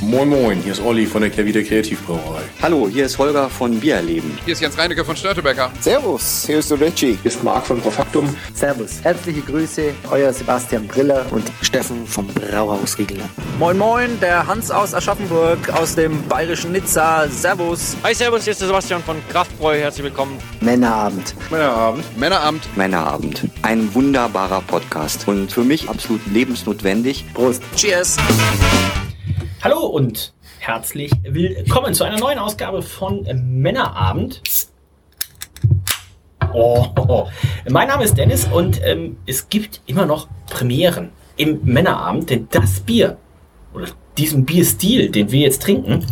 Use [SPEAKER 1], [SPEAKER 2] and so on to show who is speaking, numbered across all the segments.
[SPEAKER 1] Moin Moin, hier ist Olli von der Kevita Kreativbrauerei.
[SPEAKER 2] Hallo, hier ist Holger von Biererleben.
[SPEAKER 3] Hier ist Jens Reinecke von Störtebecker.
[SPEAKER 4] Servus, hier ist Luigi.
[SPEAKER 5] Hier ist Marc von Profaktum.
[SPEAKER 6] Servus, herzliche Grüße, euer Sebastian Briller und Steffen vom Brauhaus Riegeland.
[SPEAKER 7] Moin Moin, der Hans aus Aschaffenburg, aus dem bayerischen Nizza. Servus.
[SPEAKER 8] Hi, Servus, hier ist der Sebastian von Kraftbräu. Herzlich willkommen.
[SPEAKER 6] Männerabend.
[SPEAKER 2] Männerabend. Männerabend. Männerabend. Ein wunderbarer Podcast und für mich absolut lebensnotwendig.
[SPEAKER 6] Prost.
[SPEAKER 7] Cheers.
[SPEAKER 9] Hallo und herzlich willkommen zu einer neuen Ausgabe von Männerabend. Oh, oh, oh. Mein Name ist Dennis und ähm, es gibt immer noch Premieren im Männerabend, denn das Bier oder diesen Bierstil, den wir jetzt trinken,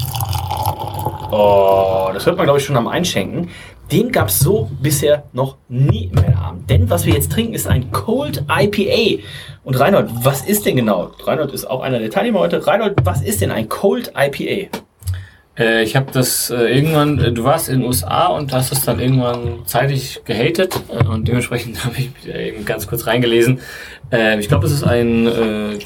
[SPEAKER 9] oh, das hört man glaube ich schon am Einschenken, den gab es so bisher noch nie im Männerabend. Denn was wir jetzt trinken, ist ein Cold IPA. Und Reinhold, was ist denn genau? Reinhold ist auch einer der Teilnehmer heute. Reinhold, was ist denn ein Cold IPA?
[SPEAKER 10] Äh, ich habe das äh, irgendwann, äh, du warst in den USA und hast es dann irgendwann zeitig gehatet äh, und dementsprechend habe ich eben ganz kurz reingelesen. Äh, ich glaube, es ist ein, äh,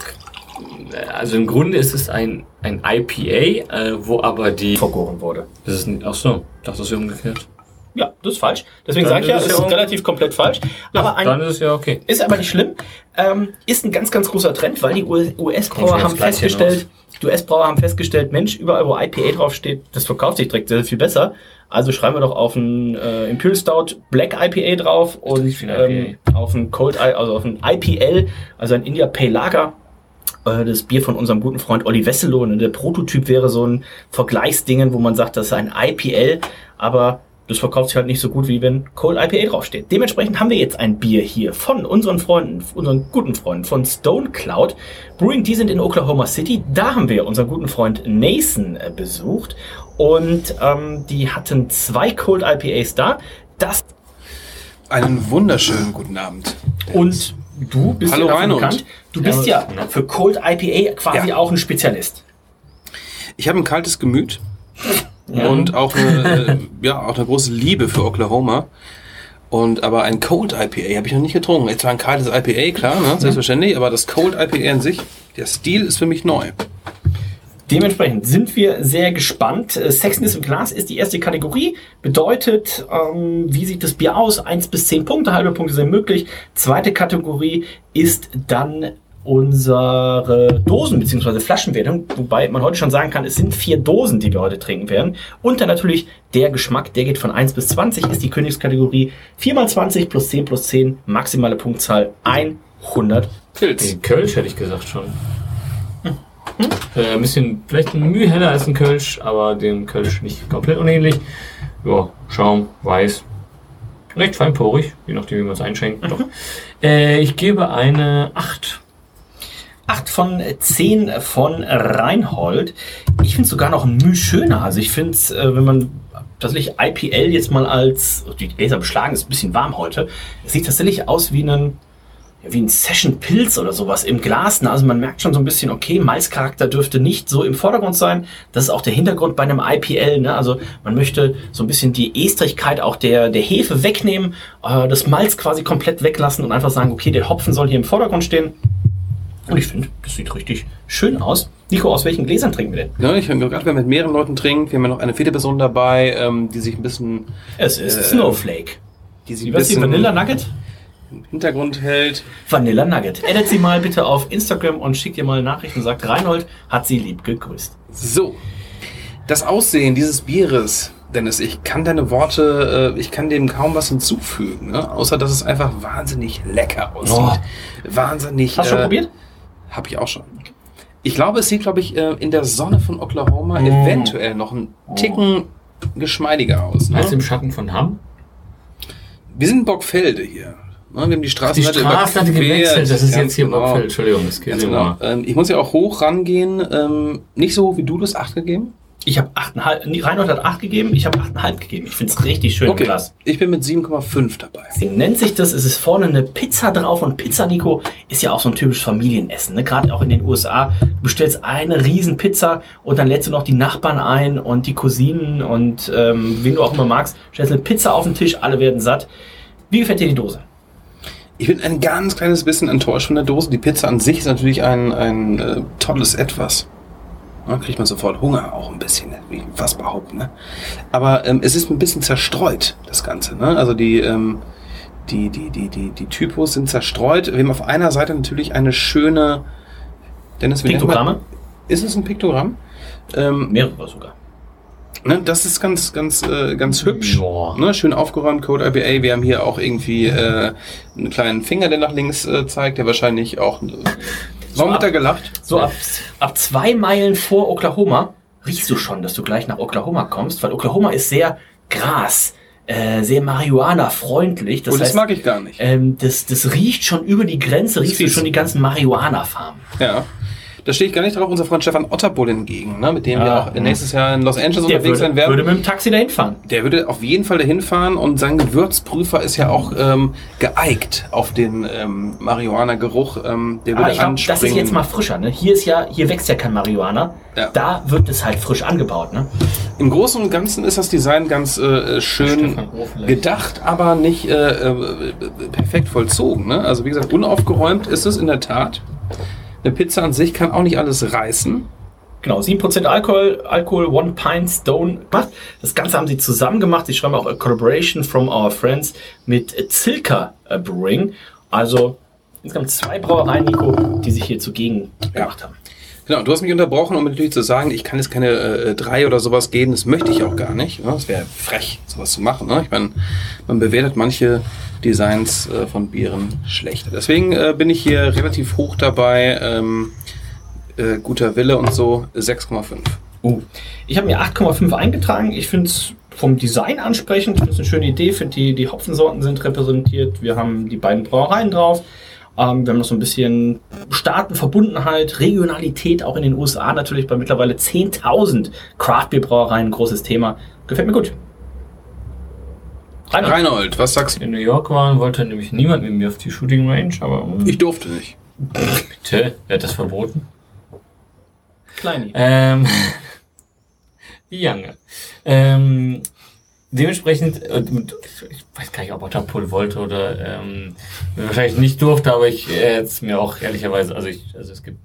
[SPEAKER 10] also im Grunde ist es ein, ein IPA, äh, wo aber die...
[SPEAKER 9] Vergoren wurde.
[SPEAKER 10] Das ist, ach so, dachte das wäre umgekehrt.
[SPEAKER 9] Ja, das ist falsch. Deswegen sage ich ja, es ist, ja ist relativ komplett falsch.
[SPEAKER 10] Ja, aber ein, dann ist es ja okay.
[SPEAKER 9] Ist aber nicht schlimm. Ähm, ist ein ganz, ganz großer Trend, weil die US-Brauer haben festgestellt, die US-Brauer haben festgestellt, Mensch, überall wo IPA draufsteht, das verkauft sich direkt sehr viel besser. Also schreiben wir doch auf einen äh, Imperial Stout Black IPA drauf und ähm, auf einen Cold, also auf einen IPL, also ein India Pale Lager äh, das Bier von unserem guten Freund Olli Wesselow. Und der Prototyp wäre so ein Vergleichsdingen, wo man sagt, das ist ein IPL, aber das verkauft sich halt nicht so gut, wie wenn Cold IPA draufsteht. Dementsprechend haben wir jetzt ein Bier hier von unseren Freunden, unseren guten Freunden von Stone Cloud Brewing. Die sind in Oklahoma City. Da haben wir unseren guten Freund Nathan äh, besucht. Und ähm, die hatten zwei Cold IPAs da. Das
[SPEAKER 1] einen wunderschönen guten Abend.
[SPEAKER 9] Und du bist
[SPEAKER 1] Hallo ja
[SPEAKER 9] bekannt. Du bist ja für Cold IPA quasi ja. auch ein Spezialist.
[SPEAKER 1] Ich habe ein kaltes Gemüt ja. und auch eine, äh, ja, auch eine große Liebe für Oklahoma. Und aber ein Cold IPA habe ich noch nicht getrunken. Jetzt war ein kaltes IPA, klar, ne? selbstverständlich, aber das Cold IPA an sich, der Stil ist für mich neu.
[SPEAKER 9] Dementsprechend sind wir sehr gespannt. Äh, Sexiness im Glas ist die erste Kategorie. Bedeutet, ähm, wie sieht das Bier aus? Eins bis zehn Punkte, halbe Punkte sind möglich. Zweite Kategorie ist dann unsere Dosen bzw. Flaschenwertung, wobei man heute schon sagen kann, es sind vier Dosen, die wir heute trinken werden. Und dann natürlich der Geschmack, der geht von 1 bis 20, ist die Königskategorie. 4 mal 20 plus 10 plus 10, maximale Punktzahl 100
[SPEAKER 10] Pilz. Den Kölsch hätte ich gesagt schon. Hm. Hm? Äh, ein bisschen, vielleicht ein Mühe heller als ein Kölsch, aber dem Kölsch nicht komplett unähnlich. Ja, Schaum, weiß, recht feinporig, je nachdem, wie man es einschenkt. Mhm. Doch. Äh, ich gebe eine 8.
[SPEAKER 9] 8 von 10 von Reinhold. Ich finde es sogar noch ein Mühe schöner. Also ich finde es, wenn man tatsächlich IPL jetzt mal als, oh, die Gläser beschlagen, ist ein bisschen warm heute, sieht tatsächlich aus wie ein wie ein Session-Pilz oder sowas im Glas. Also man merkt schon so ein bisschen, okay, Malzcharakter dürfte nicht so im Vordergrund sein. Das ist auch der Hintergrund bei einem IPL. Ne? Also man möchte so ein bisschen die Estrigkeit auch der, der Hefe wegnehmen, äh, das Malz quasi komplett weglassen und einfach sagen, okay, der Hopfen soll hier im Vordergrund stehen. Und ich finde, das sieht richtig schön aus. Nico, aus welchen Gläsern trinken wir denn?
[SPEAKER 1] Ja, Ne, ich habe gerade, wir mit mehreren Leuten trinken. Wir haben ja noch eine vierte Person dabei, ähm, die sich ein bisschen...
[SPEAKER 9] Es ist äh, Snowflake.
[SPEAKER 1] Die sich ein bisschen...
[SPEAKER 9] Vanilla Nugget?
[SPEAKER 1] Hintergrund hält.
[SPEAKER 9] Vanilla Nugget. Edit sie mal bitte auf Instagram und schickt ihr mal eine Nachricht und sagt, Reinhold hat sie lieb gegrüßt.
[SPEAKER 1] So. Das Aussehen dieses Bieres, Dennis, ich kann deine Worte, äh, ich kann dem kaum was hinzufügen, ne? außer dass es einfach wahnsinnig lecker aussieht. Oh. Wahnsinnig.
[SPEAKER 9] Hast du äh, schon probiert?
[SPEAKER 1] Hab ich auch schon. Ich glaube, es sieht, glaube ich, äh, in der Sonne von Oklahoma
[SPEAKER 10] Oh.
[SPEAKER 1] mm. eventuell noch einen Ticken geschmeidiger aus.
[SPEAKER 10] Ne? Als im Schatten von Hamm?
[SPEAKER 1] Wir sind in Bockfelde hier. Ne, wir haben die Straßenseite
[SPEAKER 10] Die Straßenseite gewechselt, das ist jetzt hier genau. Bockfeld. Entschuldigung, das geht
[SPEAKER 1] genau. Ähm, ich muss ja auch hoch rangehen. Ähm, nicht so hoch wie du, du hast 8 gegeben.
[SPEAKER 9] Ich habe 8,5. Nee, Reinhold hat 8 gegeben, ich habe 8,5 gegeben. Ich finde es richtig schön
[SPEAKER 1] okay. Klasse. Ich bin mit 7,5 dabei.
[SPEAKER 9] Deswegen nennt sich das, es ist vorne eine Pizza drauf und Pizza, Nico, ist ja auch so ein typisches Familienessen. Ne? Gerade auch in den USA. Du bestellst eine riesen Pizza und dann lädst du noch die Nachbarn ein und die Cousinen und ähm, wen du auch immer magst. Stellst eine Pizza auf den Tisch, alle werden satt. Wie gefällt dir die Dose?
[SPEAKER 1] Ich bin ein ganz kleines bisschen enttäuscht von der Dose. Die Pizza an sich ist natürlich ein, ein äh, tolles Etwas. Ne? Kriegt man sofort Hunger, auch ein bisschen, ne? Wie was behaupten. Ne? Aber ähm, es ist ein bisschen zerstreut, das Ganze. Ne? Also die, ähm, die, die, die, die, die Typos sind zerstreut. Wir haben auf einer Seite natürlich eine schöne. Dennis, wie nennt man-
[SPEAKER 9] Piktogramme?
[SPEAKER 1] Ist es ein Piktogramm? Ähm,
[SPEAKER 9] Mehrere sogar.
[SPEAKER 1] Ne, das ist ganz, ganz, äh, ganz hübsch.
[SPEAKER 10] Ja.
[SPEAKER 1] Ne, schön aufgeräumt, Code IPA. Wir haben hier auch irgendwie äh, einen kleinen Finger, der nach links äh, zeigt, der wahrscheinlich auch. Äh, warum wird da gelacht?
[SPEAKER 9] So ab, ab zwei Meilen vor Oklahoma riechst du schon, dass du gleich nach Oklahoma kommst, weil Oklahoma ist sehr Gras, äh, sehr Marihuana-freundlich.
[SPEAKER 1] Das,
[SPEAKER 9] Das,
[SPEAKER 1] oh, das
[SPEAKER 9] heißt,
[SPEAKER 1] mag ich gar nicht.
[SPEAKER 9] ähm, das, das riecht schon über die Grenze, riechst du
[SPEAKER 1] fies.
[SPEAKER 9] schon die ganzen Marihuana-Farmen.
[SPEAKER 1] Ja. Da stehe ich gar nicht drauf. Unser Freund Stefan Otterbull hingegen, ne, mit dem
[SPEAKER 9] Ah,
[SPEAKER 1] wir auch nächstes Jahr in Los Angeles
[SPEAKER 9] Der
[SPEAKER 1] unterwegs
[SPEAKER 9] würde,
[SPEAKER 1] sein werden.
[SPEAKER 9] würde mit dem Taxi dahin fahren.
[SPEAKER 1] Der würde auf jeden Fall dahin fahren und sein Gewürzprüfer ist ja auch ähm, geeigt auf den ähm, Marihuana-Geruch. Ähm, der würde
[SPEAKER 9] Aber Ah, ich glaube,
[SPEAKER 1] anspringen.
[SPEAKER 9] das ist jetzt mal frischer. Ne? Hier ist ja, hier wächst ja kein Marihuana.
[SPEAKER 1] Ja.
[SPEAKER 9] Da wird es halt frisch angebaut. Ne?
[SPEAKER 1] Im Großen und Ganzen ist das Design ganz äh, schön
[SPEAKER 10] Stefan Rohr vielleicht.
[SPEAKER 1] gedacht, aber nicht äh, äh, perfekt vollzogen. Ne? Also wie gesagt, unaufgeräumt ist es in der Tat. Eine Pizza an sich kann auch nicht alles reißen.
[SPEAKER 9] Genau, 7% Alkohol, Alkohol, One Pint Stone gemacht. Das Ganze haben sie zusammen gemacht. Sie schreiben auch a Collaboration from Our Friends mit äh, Zilker äh, Brewing. Also insgesamt zwei Brauereien, Nico, die sich hier zugegen gemacht haben.
[SPEAKER 1] Genau, du hast mich unterbrochen, um natürlich zu sagen, ich kann jetzt keine äh, drei oder sowas geben, das möchte ich auch gar nicht. Ne? Das wäre frech, sowas zu machen. Ne? Ich meine, man bewertet manche Designs äh, von Bieren schlecht. Deswegen äh, bin ich hier relativ hoch dabei. Ähm, äh, guter Wille und so 6,5.
[SPEAKER 9] Uh. Ich habe mir 8,5 eingetragen. Ich finde es vom Design ansprechend. Das ist eine schöne Idee. Ich finde, die, die Hopfensorten sind repräsentiert. Wir haben die beiden Brauereien drauf. Ähm, wir haben noch so ein bisschen Staatenverbundenheit, Regionalität, auch in den USA natürlich bei mittlerweile 10.000 Craft Beer Brauereien. ein Großes Thema. Gefällt mir gut. Reinhard,
[SPEAKER 1] Reinhold, was sagst du?
[SPEAKER 10] In New York waren, wollte nämlich niemand mit mir auf die Shooting Range, aber
[SPEAKER 1] Ich durfte nicht.
[SPEAKER 10] bitte, wer hat das verboten?
[SPEAKER 9] Kleini.
[SPEAKER 10] Ähm, die Jange. Ähm, dementsprechend, äh, und ich weiß gar nicht, ob Otterpool wollte oder ähm, wahrscheinlich nicht durfte, aber ich äh, hätt's mir auch ehrlicherweise, also ich, also es gibt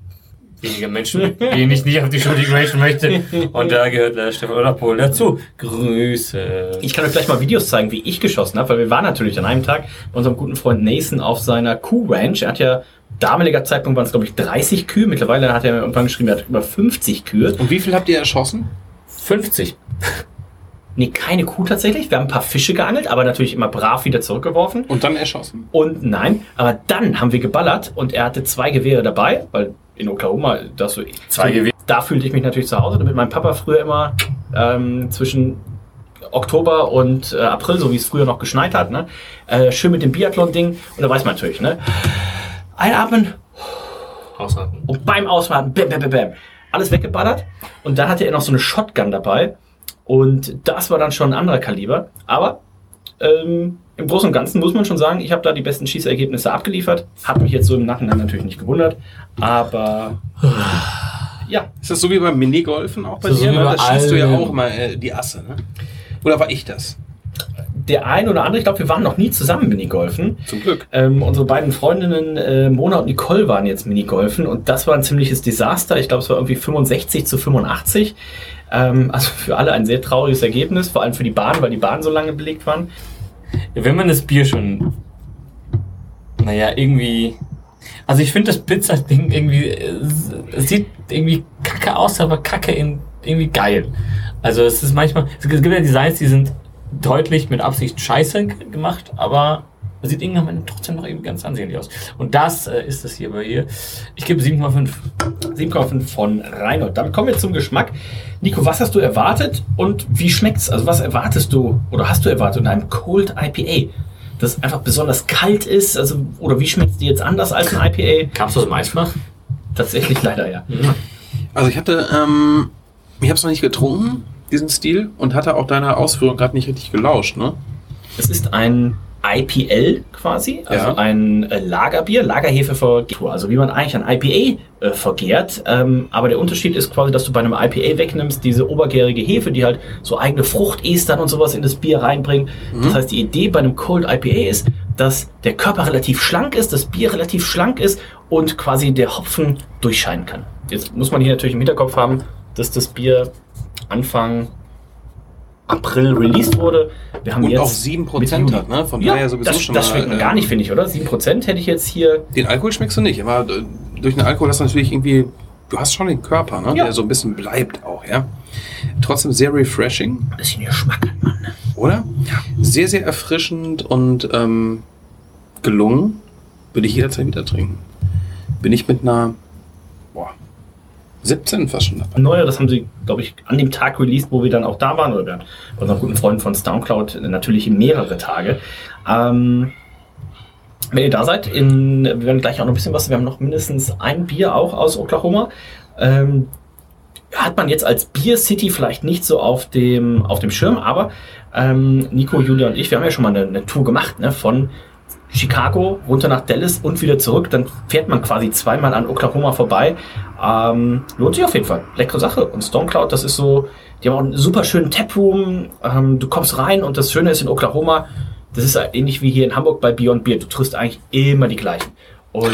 [SPEAKER 10] wenige Menschen, mit denen ich nicht auf die Shooting Range möchte und da gehört leider Stefan Otterpool dazu. Grüße.
[SPEAKER 9] Ich kann euch gleich mal Videos zeigen, wie ich geschossen habe, weil wir waren natürlich an einem Tag bei unserem guten Freund Nathan auf seiner Kuh-Ranch. Er hat ja, damaliger Zeitpunkt waren es, glaube ich, 30 Kühe. Mittlerweile hat er mir irgendwann geschrieben, er hat über 50 Kühe.
[SPEAKER 1] Und wie viel habt ihr erschossen?
[SPEAKER 10] 50.
[SPEAKER 9] Nee, keine Kuh tatsächlich. Wir haben ein paar Fische geangelt, aber natürlich immer brav wieder zurückgeworfen.
[SPEAKER 1] Und dann erschossen.
[SPEAKER 9] Und nein, aber dann haben wir geballert und er hatte zwei Gewehre dabei, weil in Oklahoma, das so,
[SPEAKER 10] Zwei Gewehre.
[SPEAKER 9] da fühlte ich mich natürlich zu Hause, damit mein Papa früher immer ähm, zwischen Oktober und äh, April, so wie es früher noch geschneit hat, ne? äh, schön mit dem Biathlon-Ding und da weiß man natürlich, ne? einatmen
[SPEAKER 10] Ausatmen.
[SPEAKER 9] und beim Ausmachen, bam, bam, bam, bam, alles weggeballert und dann hatte er noch so eine Shotgun dabei und das war dann schon ein anderer Kaliber, aber ähm, im Großen und Ganzen muss man schon sagen, ich habe da die besten Schießergebnisse abgeliefert. Hat mich jetzt so im Nachhinein natürlich nicht gewundert, aber ja,
[SPEAKER 1] Ist das so wie beim Minigolfen auch bei
[SPEAKER 10] Das ist
[SPEAKER 1] dir?
[SPEAKER 10] so
[SPEAKER 1] ne?
[SPEAKER 10] wie
[SPEAKER 1] Da
[SPEAKER 10] bei
[SPEAKER 1] schießt du ja
[SPEAKER 10] allem.
[SPEAKER 1] auch mal äh, die Asse, ne? Oder war ich das?
[SPEAKER 9] der ein oder andere, ich glaube, wir waren noch nie zusammen Minigolfen.
[SPEAKER 1] Zum Glück.
[SPEAKER 9] Ähm, unsere beiden Freundinnen äh, Mona und Nicole waren jetzt Minigolfen und das war ein ziemliches Desaster. Ich glaube, es war irgendwie 65 zu 85. Ähm, also für alle ein sehr trauriges Ergebnis, vor allem für die Bahn, weil die Bahnen so lange belegt waren.
[SPEAKER 10] Ja, wenn man das Bier schon, naja, irgendwie, also ich finde das Pizzading irgendwie, äh, es sieht irgendwie kacke aus, aber kacke in, irgendwie geil. Also es ist manchmal, es gibt ja Designs, die sind deutlich mit Absicht scheiße g- gemacht, aber es sieht irgendwann trotzdem noch irgendwie ganz ansehnlich aus. Und das äh, ist das hier bei ihr. Ich gebe 7,5.
[SPEAKER 9] 7,5 von Reinhold. Damit kommen wir zum Geschmack. Nico, was hast du erwartet und wie schmeckt's? Also was erwartest du oder hast du erwartet in einem Cold IPA, das einfach besonders kalt ist? Also oder wie schmeckt's dir jetzt anders als ein IPA?
[SPEAKER 10] Kamst du aus dem Eisfach? Hm.
[SPEAKER 9] Tatsächlich leider ja.
[SPEAKER 1] Also ich hatte, ähm, ich habe es noch nicht getrunken, diesen Stil, und hatte auch deiner Ausführung gerade nicht richtig gelauscht, ne?
[SPEAKER 9] Es ist ein IPL quasi, also
[SPEAKER 1] Ja.
[SPEAKER 9] ein äh, Lagerbier, Lagerhefe vergärt, also wie man eigentlich ein IPA äh, vergärt. Ähm, aber der Unterschied ist quasi, dass du bei einem IPA wegnimmst diese obergärige Hefe, die halt so eigene Fruchtestern und sowas in das Bier reinbringt.
[SPEAKER 1] Mhm.
[SPEAKER 9] Das heißt, die Idee bei einem Cold IPA ist, dass der Körper relativ schlank ist, das Bier relativ schlank ist und quasi der Hopfen durchscheinen kann. Jetzt muss man hier natürlich im Hinterkopf haben, dass das Bier Anfang April released wurde. Wir haben
[SPEAKER 1] Und
[SPEAKER 9] jetzt
[SPEAKER 1] auch 7%
[SPEAKER 9] Mitte
[SPEAKER 1] hat, ne? Von
[SPEAKER 9] ja,
[SPEAKER 1] daher sowieso
[SPEAKER 9] das,
[SPEAKER 1] schon
[SPEAKER 9] das
[SPEAKER 1] mal,
[SPEAKER 9] schmeckt
[SPEAKER 1] äh,
[SPEAKER 9] man gar nicht, finde ich, oder? 7% hätte ich jetzt hier.
[SPEAKER 1] Den Alkohol schmeckst du nicht, aber äh, durch den Alkohol hast du natürlich irgendwie, du hast schon den Körper, ne?
[SPEAKER 9] Ja.
[SPEAKER 1] der so ein bisschen bleibt auch, ja. Trotzdem sehr refreshing,
[SPEAKER 9] Ein bisschen Geschmack.
[SPEAKER 1] oder? Sehr, sehr erfrischend und ähm, gelungen. Würde ich jederzeit wieder trinken. Bin ich mit einer boah, 17 fast schon dabei.
[SPEAKER 9] Neuer, das haben sie, glaube ich, an dem Tag released, wo wir dann auch da waren, oder wir haben bei unseren guten Freunden von StownCloud natürlich mehrere Tage. Ähm, wenn ihr da seid, in, wir werden gleich auch noch ein bisschen was, wir haben noch mindestens ein Bier auch aus Oklahoma. Ähm, hat man jetzt als Beer City vielleicht nicht so auf dem, auf dem Schirm, aber ähm, Nico, Julia und ich, wir haben ja schon mal eine, eine Tour gemacht, ne, von Chicago runter nach Dallas und wieder zurück. Dann fährt man quasi zweimal an Oklahoma vorbei. Ähm, lohnt sich auf jeden Fall. Leckere Sache. Und Stormcloud, das ist so, die haben auch einen super schönen Taproom. Ähm, du kommst rein und das Schöne ist in Oklahoma, das ist ähnlich wie hier in Hamburg bei Beyond Beer. Du triffst eigentlich immer die gleichen. Und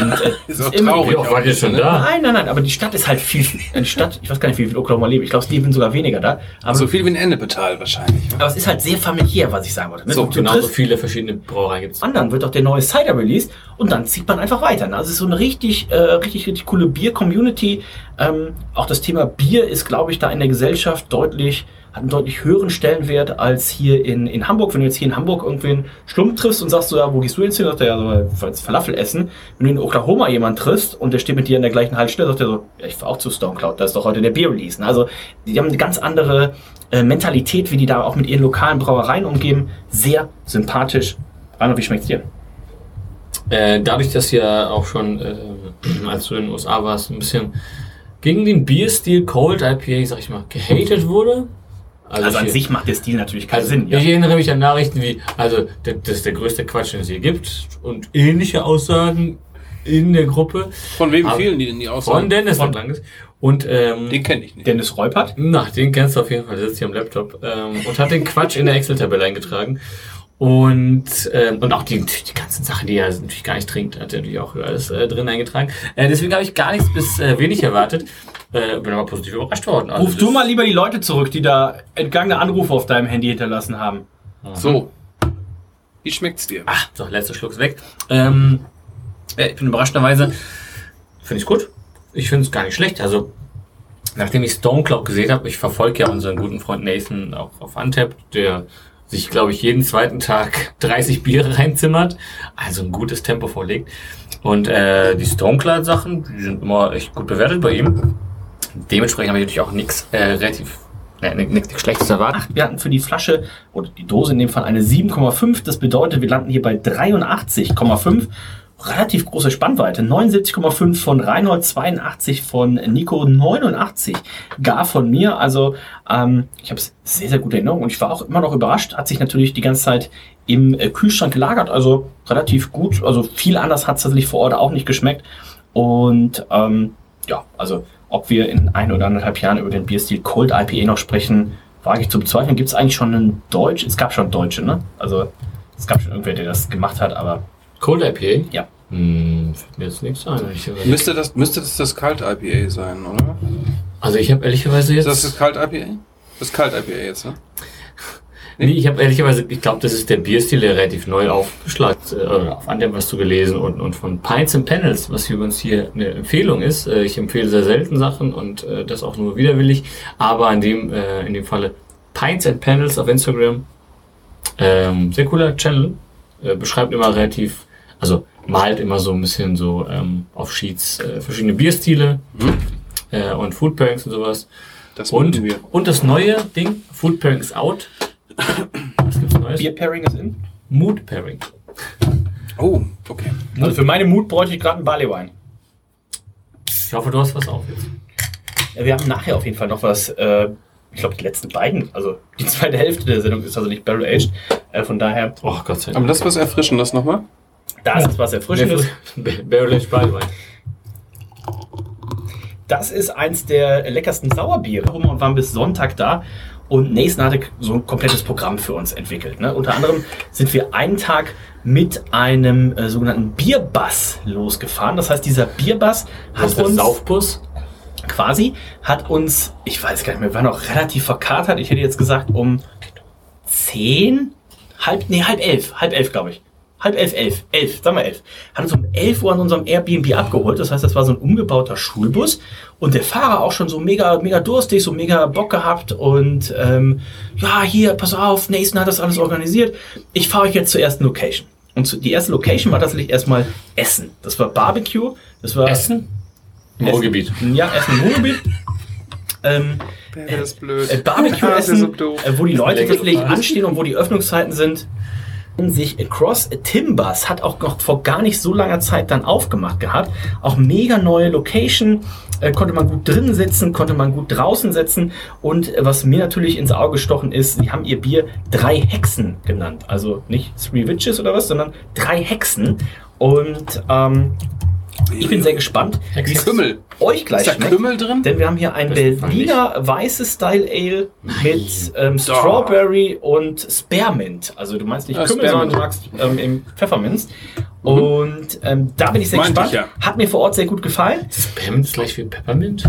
[SPEAKER 9] äh,
[SPEAKER 1] Ist ne? auch
[SPEAKER 9] immer-
[SPEAKER 1] traurig.
[SPEAKER 10] Ja, wart ihr schon da?
[SPEAKER 9] Nein, nein, nein, aber die Stadt ist halt viel. Die Stadt, ich weiß gar nicht, wie viel Oklahoma leben. Ich glaube, es leben sogar weniger da. Aber,
[SPEAKER 1] So viel wie ein Ennepetal wahrscheinlich.
[SPEAKER 9] aber es ist halt sehr familiär, was ich sagen wollte. ne?
[SPEAKER 1] So,
[SPEAKER 9] Du
[SPEAKER 10] Genauso
[SPEAKER 9] triffst-
[SPEAKER 10] viele verschiedene Brauereien gibt es.
[SPEAKER 9] anderen wird auch der neue Cider released und dann zieht man einfach weiter. ne? Also es ist so eine richtig, äh, richtig, richtig coole Bier-Community. Ähm, auch das Thema Bier ist, glaube ich, da in der Gesellschaft deutlich, hat einen deutlich höheren Stellenwert als hier in, in Hamburg. Wenn du jetzt hier in Hamburg irgendwen Schlumpf triffst und sagst so, ja, wo gehst du jetzt hin? Sagt er, ja, so, jetzt Falafel essen. Wenn du in Oklahoma jemanden triffst und der steht mit dir an der gleichen Haltestelle, sagt er so, ja, ich fahr auch zu Stone Cloud, da ist doch heute der Bier-Release. ne? Also die haben eine ganz andere äh, Mentalität, wie die da auch mit ihren lokalen Brauereien umgehen. Sehr sympathisch. Arno, wie schmeckt's dir?
[SPEAKER 10] Äh, dadurch, dass du ja auch schon, äh, als du in den USA warst, ein bisschen gegen den Bierstil Cold IPA, sag ich mal, gehatet wurde.
[SPEAKER 9] Also an
[SPEAKER 10] hier-
[SPEAKER 9] sich macht der Stil natürlich keinen
[SPEAKER 10] also,
[SPEAKER 9] Sinn.
[SPEAKER 10] Ich erinnere mich an Nachrichten wie, also das das ist der größte Quatsch, den es hier gibt und ähnliche Aussagen in der Gruppe
[SPEAKER 1] Von wem
[SPEAKER 10] Aber-
[SPEAKER 1] fehlen die denn die
[SPEAKER 10] Ah. von
[SPEAKER 1] Aussagen?
[SPEAKER 10] Dennis von Langes. Und ähm,
[SPEAKER 1] Den kenne ich nicht.
[SPEAKER 9] Dennis Reupert?
[SPEAKER 10] Na, den kennst du auf jeden Fall, der sitzt hier am Laptop ähm, und hat den Quatsch in der Excel-Tabelle eingetragen. Und, ähm, und auch die, die ganzen Sachen, die er natürlich gar nicht trinkt, hat er natürlich auch alles äh, drin eingetragen. Äh, deswegen habe ich gar nichts bis äh, wenig erwartet. Äh, bin aber positiv überrascht worden. Also
[SPEAKER 9] Ruf du
[SPEAKER 10] das-
[SPEAKER 9] mal lieber die Leute zurück, die da entgangene Anrufe auf deinem Handy hinterlassen haben.
[SPEAKER 1] So. Wie schmeckt's dir?
[SPEAKER 10] Ah, so, letzter Schluck ist weg. Ähm, ja, ich bin überraschenderweise, finde ich gut. Ich finde es gar nicht schlecht. Also, nachdem ich Stone Cloud gesehen habe, ich verfolge ja unseren guten Freund Nathan auch auf Untapped, der sich, glaube ich, jeden zweiten Tag 30 Biere reinzimmert. Also ein gutes Tempo vorlegt. Und äh, die Stone Cloud Sachen, die sind immer echt gut bewertet bei ihm. Dementsprechend habe ich natürlich auch nichts äh, relativ, äh, nichts Schlechtes erwartet.
[SPEAKER 9] Wir hatten für die Flasche oder die Dose in dem Fall eine 7,5. Das bedeutet, wir landen hier bei 83,5. Relativ große Spannweite. 79,5 von Reinhold, 82 von Nico, 89 gar von mir. Also ähm, ich habe es sehr, sehr gut in Erinnerung und ich war auch immer noch überrascht. Hat sich natürlich die ganze Zeit im äh, Kühlschrank gelagert. Also relativ gut. Also viel anders hat es tatsächlich vor Ort auch nicht geschmeckt. Und ähm, ja, also ob wir in ein oder anderthalb Jahren über den Bierstil Cold IPA E noch sprechen, wage ich zu bezweifeln. Gibt es eigentlich schon einen Deutsch? Es gab schon Deutsche, ne? Also es gab schon irgendwer, der das gemacht hat, aber
[SPEAKER 10] Cold IPA?
[SPEAKER 9] Ja.
[SPEAKER 10] Hm, fällt mir jetzt nichts ein. wenn ich überlege.
[SPEAKER 1] Müsste das, müsste das das Kalt-IPA sein, oder?
[SPEAKER 10] Also ich habe ehrlicherweise jetzt.
[SPEAKER 1] Ist das das Kalt-IPA? Das ist Kalt-IPA jetzt, ne?
[SPEAKER 10] nee, ich habe ehrlicherweise, ich glaube, das ist der Bierstil, der relativ neu aufgeschlagen ist, äh, oder auf anderem was zu gelesen und, und von Pints and Panels, was hier übrigens hier eine Empfehlung ist. Äh, ich empfehle sehr selten Sachen und äh, das auch nur widerwillig, aber in dem, äh, in dem Falle Pints and Panels auf Instagram. Ähm, sehr cooler Channel. Äh, beschreibt immer relativ, also malt immer so ein bisschen so ähm, auf Sheets äh, verschiedene Bierstile
[SPEAKER 1] Mhm.
[SPEAKER 10] äh, und Food Pairings und sowas.
[SPEAKER 1] Das
[SPEAKER 10] Und,
[SPEAKER 1] machen wir.
[SPEAKER 10] und das neue Ding, Food Pairing ist out. Was gibt's Neues?
[SPEAKER 9] Beer Pairing ist in.
[SPEAKER 10] Mood Pairing.
[SPEAKER 1] Oh, okay.
[SPEAKER 9] Also für meine Mut bräuchte ich gerade einen Barley Wine.
[SPEAKER 10] Ich hoffe, du hast was auf jetzt.
[SPEAKER 9] Ja, wir haben nachher auf jeden Fall noch was. Äh, ich glaube, die letzten beiden, also die zweite Hälfte der Sendung ist also nicht Barrel Aged. Äh, von daher,
[SPEAKER 10] Oh Gott sei
[SPEAKER 1] Aber das ist was Erfrischendes nochmal.
[SPEAKER 9] da ist jetzt was Erfrischendes.
[SPEAKER 10] Barrel Aged Balwein.
[SPEAKER 9] Das ist eins der leckersten Sauerbiere. Und waren bis Sonntag da. Und Nathan hatte so ein komplettes Programm für uns entwickelt. Ne? Unter anderem sind wir einen Tag mit einem äh, sogenannten Bierbass losgefahren. Das heißt, dieser Bierbass
[SPEAKER 10] Das
[SPEAKER 9] hat
[SPEAKER 10] ist der
[SPEAKER 9] uns
[SPEAKER 10] Saufbus.
[SPEAKER 9] quasi, hat uns, ich weiß gar nicht mehr, wir waren auch relativ verkatert. Ich hätte jetzt gesagt um zehn, halb, nee, halb elf, halb elf, glaube ich. Halb elf, elf, elf, sagen wir elf. Hat uns um elf Uhr an unserem Airbnb abgeholt. Das heißt, das war so ein umgebauter Schulbus. Und der Fahrer auch schon so mega, mega durstig, so mega Bock gehabt. Und ähm, ja, hier, pass auf, Nathan hat das alles organisiert. Ich fahre euch jetzt zur ersten Location. Und zu- die erste Location war tatsächlich erstmal Essen. Das war Barbecue. Das war
[SPEAKER 10] Essen? Im
[SPEAKER 9] Essen.
[SPEAKER 10] Ruhrgebiet.
[SPEAKER 9] Ja, Essen im Ruhrgebiet. Ähm,
[SPEAKER 1] das ist blöd.
[SPEAKER 9] äh,
[SPEAKER 1] Ah, das ist
[SPEAKER 9] Barbecue-Essen,
[SPEAKER 1] so doof.
[SPEAKER 9] äh, wo die Leute
[SPEAKER 10] Leckere
[SPEAKER 9] wirklich
[SPEAKER 10] Frage.
[SPEAKER 9] anstehen und wo die Öffnungszeiten sind. in Sich Cross Timbers hat auch noch vor gar nicht so langer Zeit dann aufgemacht gehabt. Auch mega neue Location. Äh, konnte man gut drin sitzen, konnte man gut draußen sitzen. Und äh, was mir natürlich ins Auge gestochen ist, sie haben ihr Bier drei Hexen genannt. Also nicht Three Witches oder was, sondern drei Hexen. Und ähm, ich bin sehr gespannt,
[SPEAKER 1] Wie Kümmel.
[SPEAKER 9] euch gleich
[SPEAKER 1] Ist da
[SPEAKER 9] schmeckt.
[SPEAKER 1] Kümmel drin?
[SPEAKER 9] Denn wir haben hier ein
[SPEAKER 10] Das ist
[SPEAKER 9] Berliner weißes Style Ale mit ähm, Strawberry und Spearmint. Also du meinst nicht
[SPEAKER 1] Ja,
[SPEAKER 9] Kümmel, sondern du
[SPEAKER 1] Spearmint.
[SPEAKER 9] magst ähm, eben Pfefferminz. Und ähm, da bin ich sehr
[SPEAKER 1] Meinte
[SPEAKER 9] gespannt.
[SPEAKER 1] ich ja.
[SPEAKER 9] Hat mir vor Ort sehr gut gefallen.
[SPEAKER 10] Pemmt ist gleich wie Peppermint.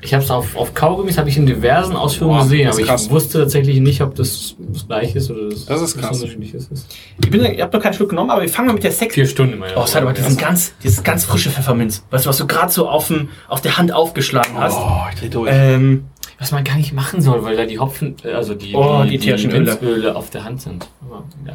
[SPEAKER 10] Ich habe es auf, auf Kaugummis habe ich in diversen Ausführungen
[SPEAKER 1] Boah,
[SPEAKER 10] gesehen,
[SPEAKER 1] das
[SPEAKER 10] aber
[SPEAKER 1] ist
[SPEAKER 10] ich
[SPEAKER 1] krass.
[SPEAKER 10] wusste tatsächlich nicht, ob das das gleiche ist oder das,
[SPEAKER 1] Das ist
[SPEAKER 10] was
[SPEAKER 1] krass.
[SPEAKER 10] unterschiedliches ist.
[SPEAKER 9] Ich, bin, ich habe noch kein Stück genommen, aber wir fangen mal mit der Sex.
[SPEAKER 10] Vier Stunden immer.
[SPEAKER 9] Oh, es hat aber diesen ganz, dieses ganz frische Pfefferminz. Weißt du, was du gerade so auf, dem, auf der Hand aufgeschlagen hast?
[SPEAKER 1] Oh, ich dreh durch.
[SPEAKER 9] Ähm,
[SPEAKER 10] was man gar nicht machen soll, weil da die Hopfen, äh, also die,
[SPEAKER 9] Oh, die
[SPEAKER 10] die,
[SPEAKER 9] tierischen Öle.
[SPEAKER 10] Minzöle auf der Hand sind. Aber, ja.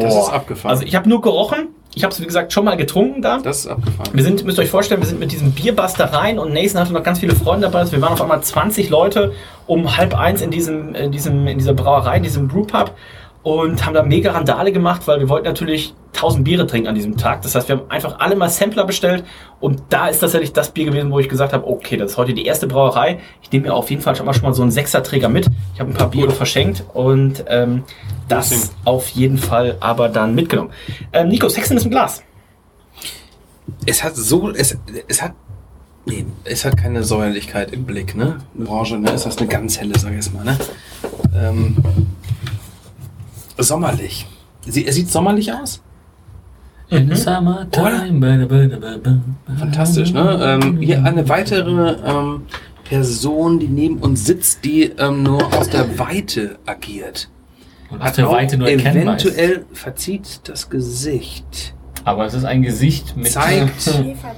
[SPEAKER 1] das ist
[SPEAKER 9] boah.
[SPEAKER 1] abgefahren.
[SPEAKER 9] also ich habe nur gerochen. Ich habe es, wie gesagt, schon mal getrunken da.
[SPEAKER 1] das ist abgefahren.
[SPEAKER 9] Wir sind, müsst ihr euch vorstellen, wir sind mit diesem Bierbass da rein und Nathan hatte noch ganz viele Freunde dabei. Also wir waren auf einmal 20 Leute um halb eins in, diesem, in, diesem, in dieser Brauerei, in diesem Brewpub und haben da mega Randale gemacht, weil wir wollten natürlich 1000 Biere trinken an diesem Tag. Das heißt, wir haben einfach alle mal Sampler bestellt und da ist tatsächlich das Bier gewesen, wo ich gesagt habe, okay, das ist heute die erste Brauerei. Ich nehme mir auf jeden Fall schon mal, schon mal so einen Sechserträger mit. Ich habe ein paar Biere verschenkt und ähm, das
[SPEAKER 1] Deswegen.
[SPEAKER 9] auf jeden Fall aber dann mitgenommen. Ähm, Nico, Sexen ist im Glas.
[SPEAKER 1] Es hat so, es, es hat, nee, es hat keine Säuerlichkeit im Blick, ne? Orange, ne? Ist das eine ganz helle, sag ich jetzt mal, ne? Ähm, sommerlich. Sie, er sieht sommerlich aus.
[SPEAKER 10] In the summertime, ba- ba- ba- ba-
[SPEAKER 1] Mhm. Fantastisch, ne? Ähm, hier eine weitere ähm, Person, die neben uns sitzt, die ähm, nur aus der Weite agiert.
[SPEAKER 10] Und aus der Weite nur erkennbar ist.
[SPEAKER 1] eventuell verzieht das Gesicht.
[SPEAKER 10] Aber es ist ein Gesicht mit
[SPEAKER 1] Zeigt.
[SPEAKER 3] Käfer.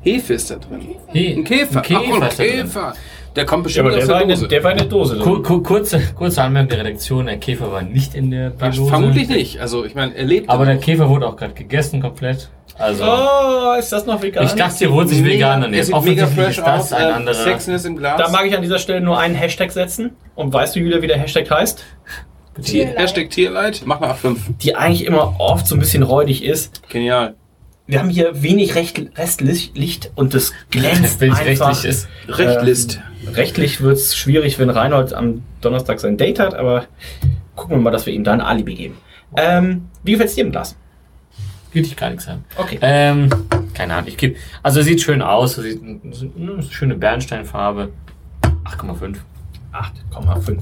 [SPEAKER 1] Hefe ist da drin.
[SPEAKER 10] Hey,
[SPEAKER 1] Ein Käfer.
[SPEAKER 10] Ein Käfer,
[SPEAKER 1] Ach, ein
[SPEAKER 10] ist da drin.
[SPEAKER 1] Käfer. Der kommt
[SPEAKER 9] Ja,
[SPEAKER 1] bestimmt
[SPEAKER 9] aber der
[SPEAKER 1] aus
[SPEAKER 9] war,
[SPEAKER 1] der
[SPEAKER 9] in der,
[SPEAKER 1] Dose.
[SPEAKER 9] der war in der Dose.
[SPEAKER 10] Kur, kur, kurze, kurze Anmerkung der Redaktion, der Käfer war nicht in der Bierdose.
[SPEAKER 1] Vermutlich nicht. Also ich meine, er lebt.
[SPEAKER 10] Aber der Käfer wurde auch gerade gegessen komplett. Also,
[SPEAKER 9] Oh, ist das noch vegan?
[SPEAKER 10] ich dachte, hier wurde sich vegan
[SPEAKER 1] Er
[SPEAKER 10] ernährt.
[SPEAKER 1] sieht mega
[SPEAKER 10] Offensichtlich
[SPEAKER 1] fresh
[SPEAKER 10] ist
[SPEAKER 1] aus.
[SPEAKER 10] das ein
[SPEAKER 1] Äh,
[SPEAKER 10] anderer.
[SPEAKER 1] Sexiness im Glas.
[SPEAKER 9] da mag ich an dieser Stelle nur einen Hashtag setzen. Und weißt du, Julia, wie der Hashtag heißt?
[SPEAKER 1] Tier, Hashtag Tierleid. Mach mal 8,5.
[SPEAKER 9] Die eigentlich immer oft so ein bisschen räudig ist.
[SPEAKER 1] Genial.
[SPEAKER 9] Wir haben hier wenig Recht, Restlicht und das glänzt
[SPEAKER 10] Wenn es
[SPEAKER 9] einfach. Ähm,
[SPEAKER 10] rechtlich ist.
[SPEAKER 1] Rechtlist.
[SPEAKER 9] Rechtlich wird es schwierig, wenn Reinhold am Donnerstag sein Date hat, aber gucken wir mal, dass wir ihm da ein Alibi geben. Ähm, wie gefällt es dir im Glas?
[SPEAKER 10] Würde ich gar nichts sagen.
[SPEAKER 9] Okay.
[SPEAKER 10] Ähm, keine Ahnung, ich gebe. Also, sieht schön aus. Sieht, sieht, eine schöne Bernsteinfarbe. 8,5.
[SPEAKER 9] 8,5.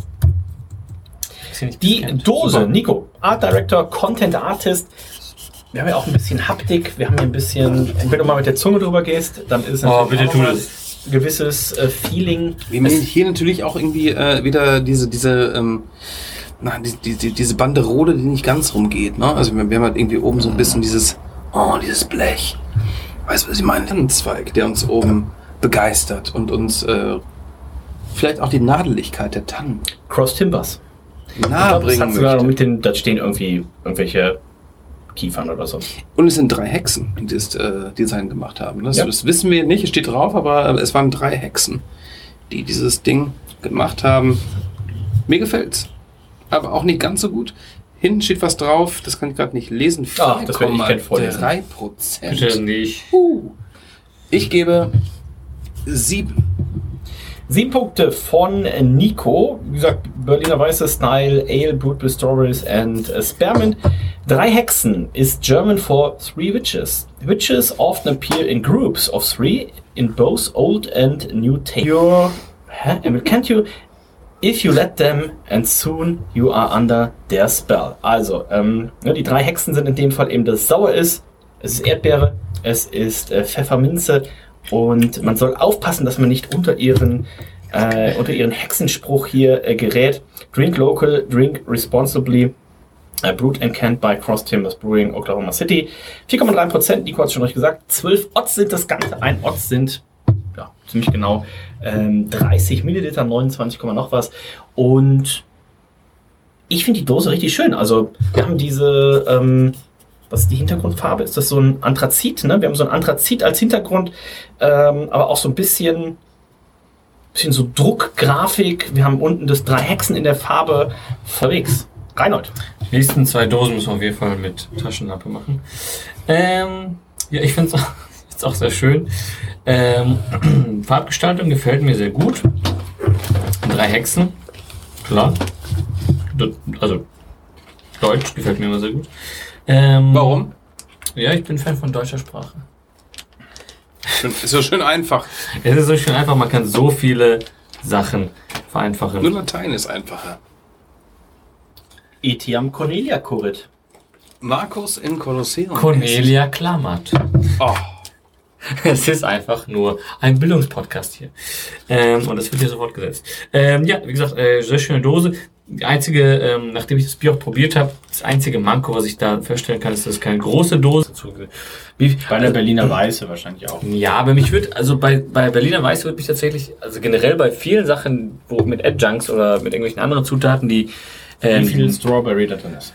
[SPEAKER 10] Ist ja nicht
[SPEAKER 9] Die
[SPEAKER 10] bekannt.
[SPEAKER 9] Dose,
[SPEAKER 10] Super.
[SPEAKER 9] Nico, Art Director, Content Artist. Wir haben ja auch ein bisschen Haptik, wir haben hier ein bisschen, wenn du mal mit der Zunge drüber gehst, dann ist
[SPEAKER 10] Oh,
[SPEAKER 9] natürlich
[SPEAKER 10] bitte
[SPEAKER 9] auch
[SPEAKER 10] tu
[SPEAKER 9] mal
[SPEAKER 10] das.
[SPEAKER 9] ein gewisses äh, Feeling.
[SPEAKER 1] Wir haben hier natürlich auch irgendwie äh, wieder diese, diese, ähm, na, die, die, die, diese Banderole, die nicht ganz rumgeht. Ne? Also wir, wir haben halt irgendwie oben so ein bisschen dieses, oh, dieses Blech. Weißt du, was ich meine? Ein Zweig, der uns oben begeistert und uns äh, vielleicht auch die Nadeligkeit der Tannen
[SPEAKER 9] Cross Timbers.
[SPEAKER 1] nahe
[SPEAKER 9] das hat
[SPEAKER 1] Ah, bringen
[SPEAKER 9] sogar noch
[SPEAKER 1] möchte.
[SPEAKER 9] mit den, da stehen irgendwie irgendwelche Kiefern oder so.
[SPEAKER 1] Und es sind drei Hexen, die das äh, Design gemacht haben. Das,
[SPEAKER 9] Ja.
[SPEAKER 1] das wissen wir nicht, es steht drauf, aber äh, es waren drei Hexen, die dieses Ding gemacht haben. Mir gefällt's. Aber auch nicht ganz so gut. Hinten steht was drauf, das kann ich gerade nicht lesen.
[SPEAKER 9] Ah, das werde ich gern vorlesen.
[SPEAKER 1] 3
[SPEAKER 10] Bitte
[SPEAKER 1] Prozent.
[SPEAKER 10] nicht.
[SPEAKER 1] Uh, ich gebe sieben.
[SPEAKER 9] Sieben Punkte von Nico. Wie gesagt, Berliner Weiße Style, Ale, Brutal Stories and äh, Spearmint. Drei Hexen ist German for three witches. Witches often appear in groups of three in both old and new tales. You're, hä? Emil, Can't you? If you let them and soon you are under their spell. Also, ähm, ne, die drei Hexen sind in dem Fall eben, dass es sauer ist, es ist Erdbeere, es ist äh, Pfefferminze Und man soll aufpassen, dass man nicht unter ihren, äh, unter ihren Hexenspruch hier äh, gerät. Drink local, drink responsibly. Äh, brewed and canned by Cross Timbers Brewing, Oklahoma City. 4,3 Prozent, Nico hat schon euch gesagt. 12 Odds sind das Ganze. Ein Odds sind, ja, ziemlich genau, ähm, 30 Milliliter, 29, Komma noch was. Und ich finde die Dose richtig schön. Also, wir haben diese, ähm, was ist die Hintergrundfarbe? Ist das so ein Anthrazit, ne? Wir haben so ein Anthrazit als Hintergrund, ähm, aber auch so ein bisschen, bisschen so Druckgrafik. Wir haben unten das drei Hexen in der Farbe. Verwegs. Reinhold.
[SPEAKER 10] Die nächsten zwei Dosen müssen wir auf jeden Fall mit Taschenlampe machen. Ähm, ja, ich finde es auch sehr schön. Ähm, Farbgestaltung gefällt mir sehr gut. Drei Hexen, klar. D- Also, Deutsch gefällt mir immer sehr gut. Ähm,
[SPEAKER 1] Warum?
[SPEAKER 10] Ja, ich bin Fan von deutscher Sprache.
[SPEAKER 1] Schön- Ist ja schön einfach.
[SPEAKER 10] Es ist so schön einfach, man kann so viele Sachen vereinfachen.
[SPEAKER 1] Nur Latein ist einfacher.
[SPEAKER 9] Etiam Cornelia Corit.
[SPEAKER 1] Markus in Kolosseum.
[SPEAKER 10] Cornelia klammert.
[SPEAKER 1] Oh,
[SPEAKER 10] Es ist einfach nur ein Bildungspodcast hier. Ähm, und das wird hier sofort gesetzt. Ähm, ja, wie gesagt, äh, sehr schöne Dose. Die einzige, ähm, nachdem ich das Bier auch probiert habe, das einzige Manko, was ich da feststellen kann, ist, dass es keine große Dose dazu gibt.
[SPEAKER 9] Bei der Berliner Weiße wahrscheinlich auch.
[SPEAKER 10] Ja, aber mich wird, also bei, bei Berliner Weiß wird mich tatsächlich, also generell bei vielen Sachen, wo mit Adjuncts oder mit irgendwelchen anderen Zutaten, die ähm,
[SPEAKER 9] Wie viel Strawberry da drin ist.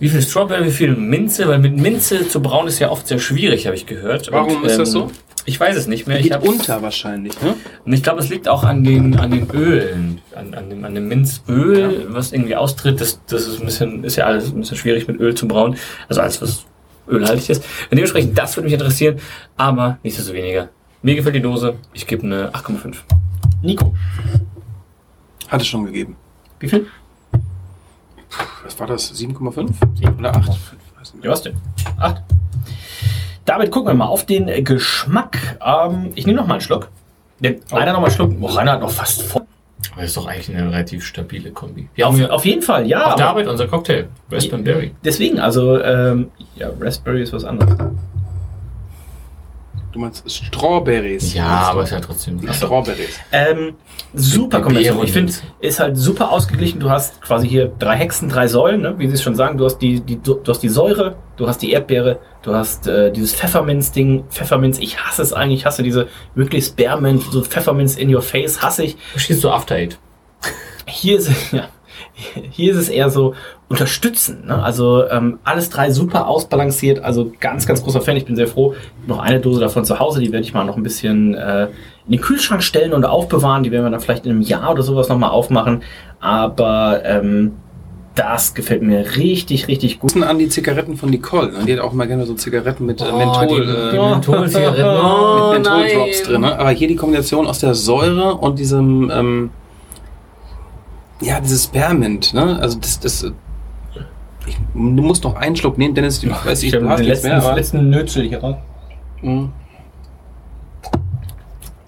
[SPEAKER 10] wie viel Strawberry, wie viel Minze, weil mit Minze zu brauen ist ja oft sehr schwierig, habe ich gehört. ähm,
[SPEAKER 1] Warum ist das so?
[SPEAKER 10] Ich weiß es nicht mehr. Ich
[SPEAKER 1] geht
[SPEAKER 10] habe
[SPEAKER 1] unter wahrscheinlich, ne?
[SPEAKER 10] Und ich glaube, es liegt auch an den, an den Ölen, an, an, dem, an dem Minzöl, was irgendwie austritt. Das, das ist, ein bisschen, ist ja alles ein bisschen schwierig mit Öl zu brauen. Also alles, was ölhaltig ist. Und dementsprechend, das würde mich interessieren, aber nichtsdestoweniger. Mir gefällt die Dose. Ich gebe eine 8,5.
[SPEAKER 9] Nico.
[SPEAKER 1] Hat es schon gegeben.
[SPEAKER 9] Wie viel?
[SPEAKER 1] Was war das? 7,5? Oder 8?
[SPEAKER 9] Ja, was denn? Acht. Damit gucken wir mal auf den äh, Geschmack. Ähm, ich nehme noch mal einen Schluck. Denn Rainer noch mal einen Schluck. Oh, Rainer hat noch fast voll.
[SPEAKER 10] Aber das ist doch eigentlich eine relativ stabile Kombi.
[SPEAKER 9] Ja, auf, auf jeden Fall, ja.
[SPEAKER 10] Auf der
[SPEAKER 9] aber
[SPEAKER 10] Arbeit unser Cocktail. Raspberry Berry.
[SPEAKER 9] Deswegen, also, ähm, ja, Raspberry ist was anderes.
[SPEAKER 1] Du meinst Strawberries.
[SPEAKER 10] Ja, aber ist ja trotzdem.
[SPEAKER 1] Strawberries.
[SPEAKER 9] Ähm, super
[SPEAKER 10] Die Beeren
[SPEAKER 9] Kombination. Ich finde, ist halt super ausgeglichen. Du hast quasi hier drei Hexen, drei Säulen, ne? wie sie es schon sagen. Du hast die, die, du hast die Säure, du hast die Erdbeere, du hast äh, dieses Pfefferminz-Ding. Pfefferminz, ich hasse es eigentlich. Ich hasse diese wirklich Spearmint, so Pfefferminz in your face, hasse ich.
[SPEAKER 10] Schießt so After Eight.
[SPEAKER 9] Hier ist, ja, hier ist es eher so unterstützen. Ne? Also ähm, alles drei super ausbalanciert. Also ganz, ganz großer Fan. Ich bin sehr froh. Ich hab Noch eine Dose davon zu Hause. Die werde ich mal noch ein bisschen äh, in den Kühlschrank stellen und aufbewahren. Die werden wir dann vielleicht in einem Jahr oder sowas nochmal aufmachen. Aber ähm, das gefällt mir richtig, richtig gut.
[SPEAKER 1] Gucken an die Zigaretten von Nicole. ne? Die hat auch mal gerne so Zigaretten mit äh, Menthol.
[SPEAKER 10] die,
[SPEAKER 1] äh,
[SPEAKER 10] die Menthol-Zigaretten. Oh,
[SPEAKER 1] mit Menthol-Drops
[SPEAKER 10] nein.
[SPEAKER 1] drin. Ne? Aber hier die Kombination aus der Säure und diesem, ähm, ja, dieses Spearmint. Ne? Also das, das, äh, ich, du musst noch einen Schluck nehmen, Dennis. Ich weiß, ich, du hast nichts mehr, aber
[SPEAKER 9] letzten Nötzel hier raus.
[SPEAKER 1] mh. Hm.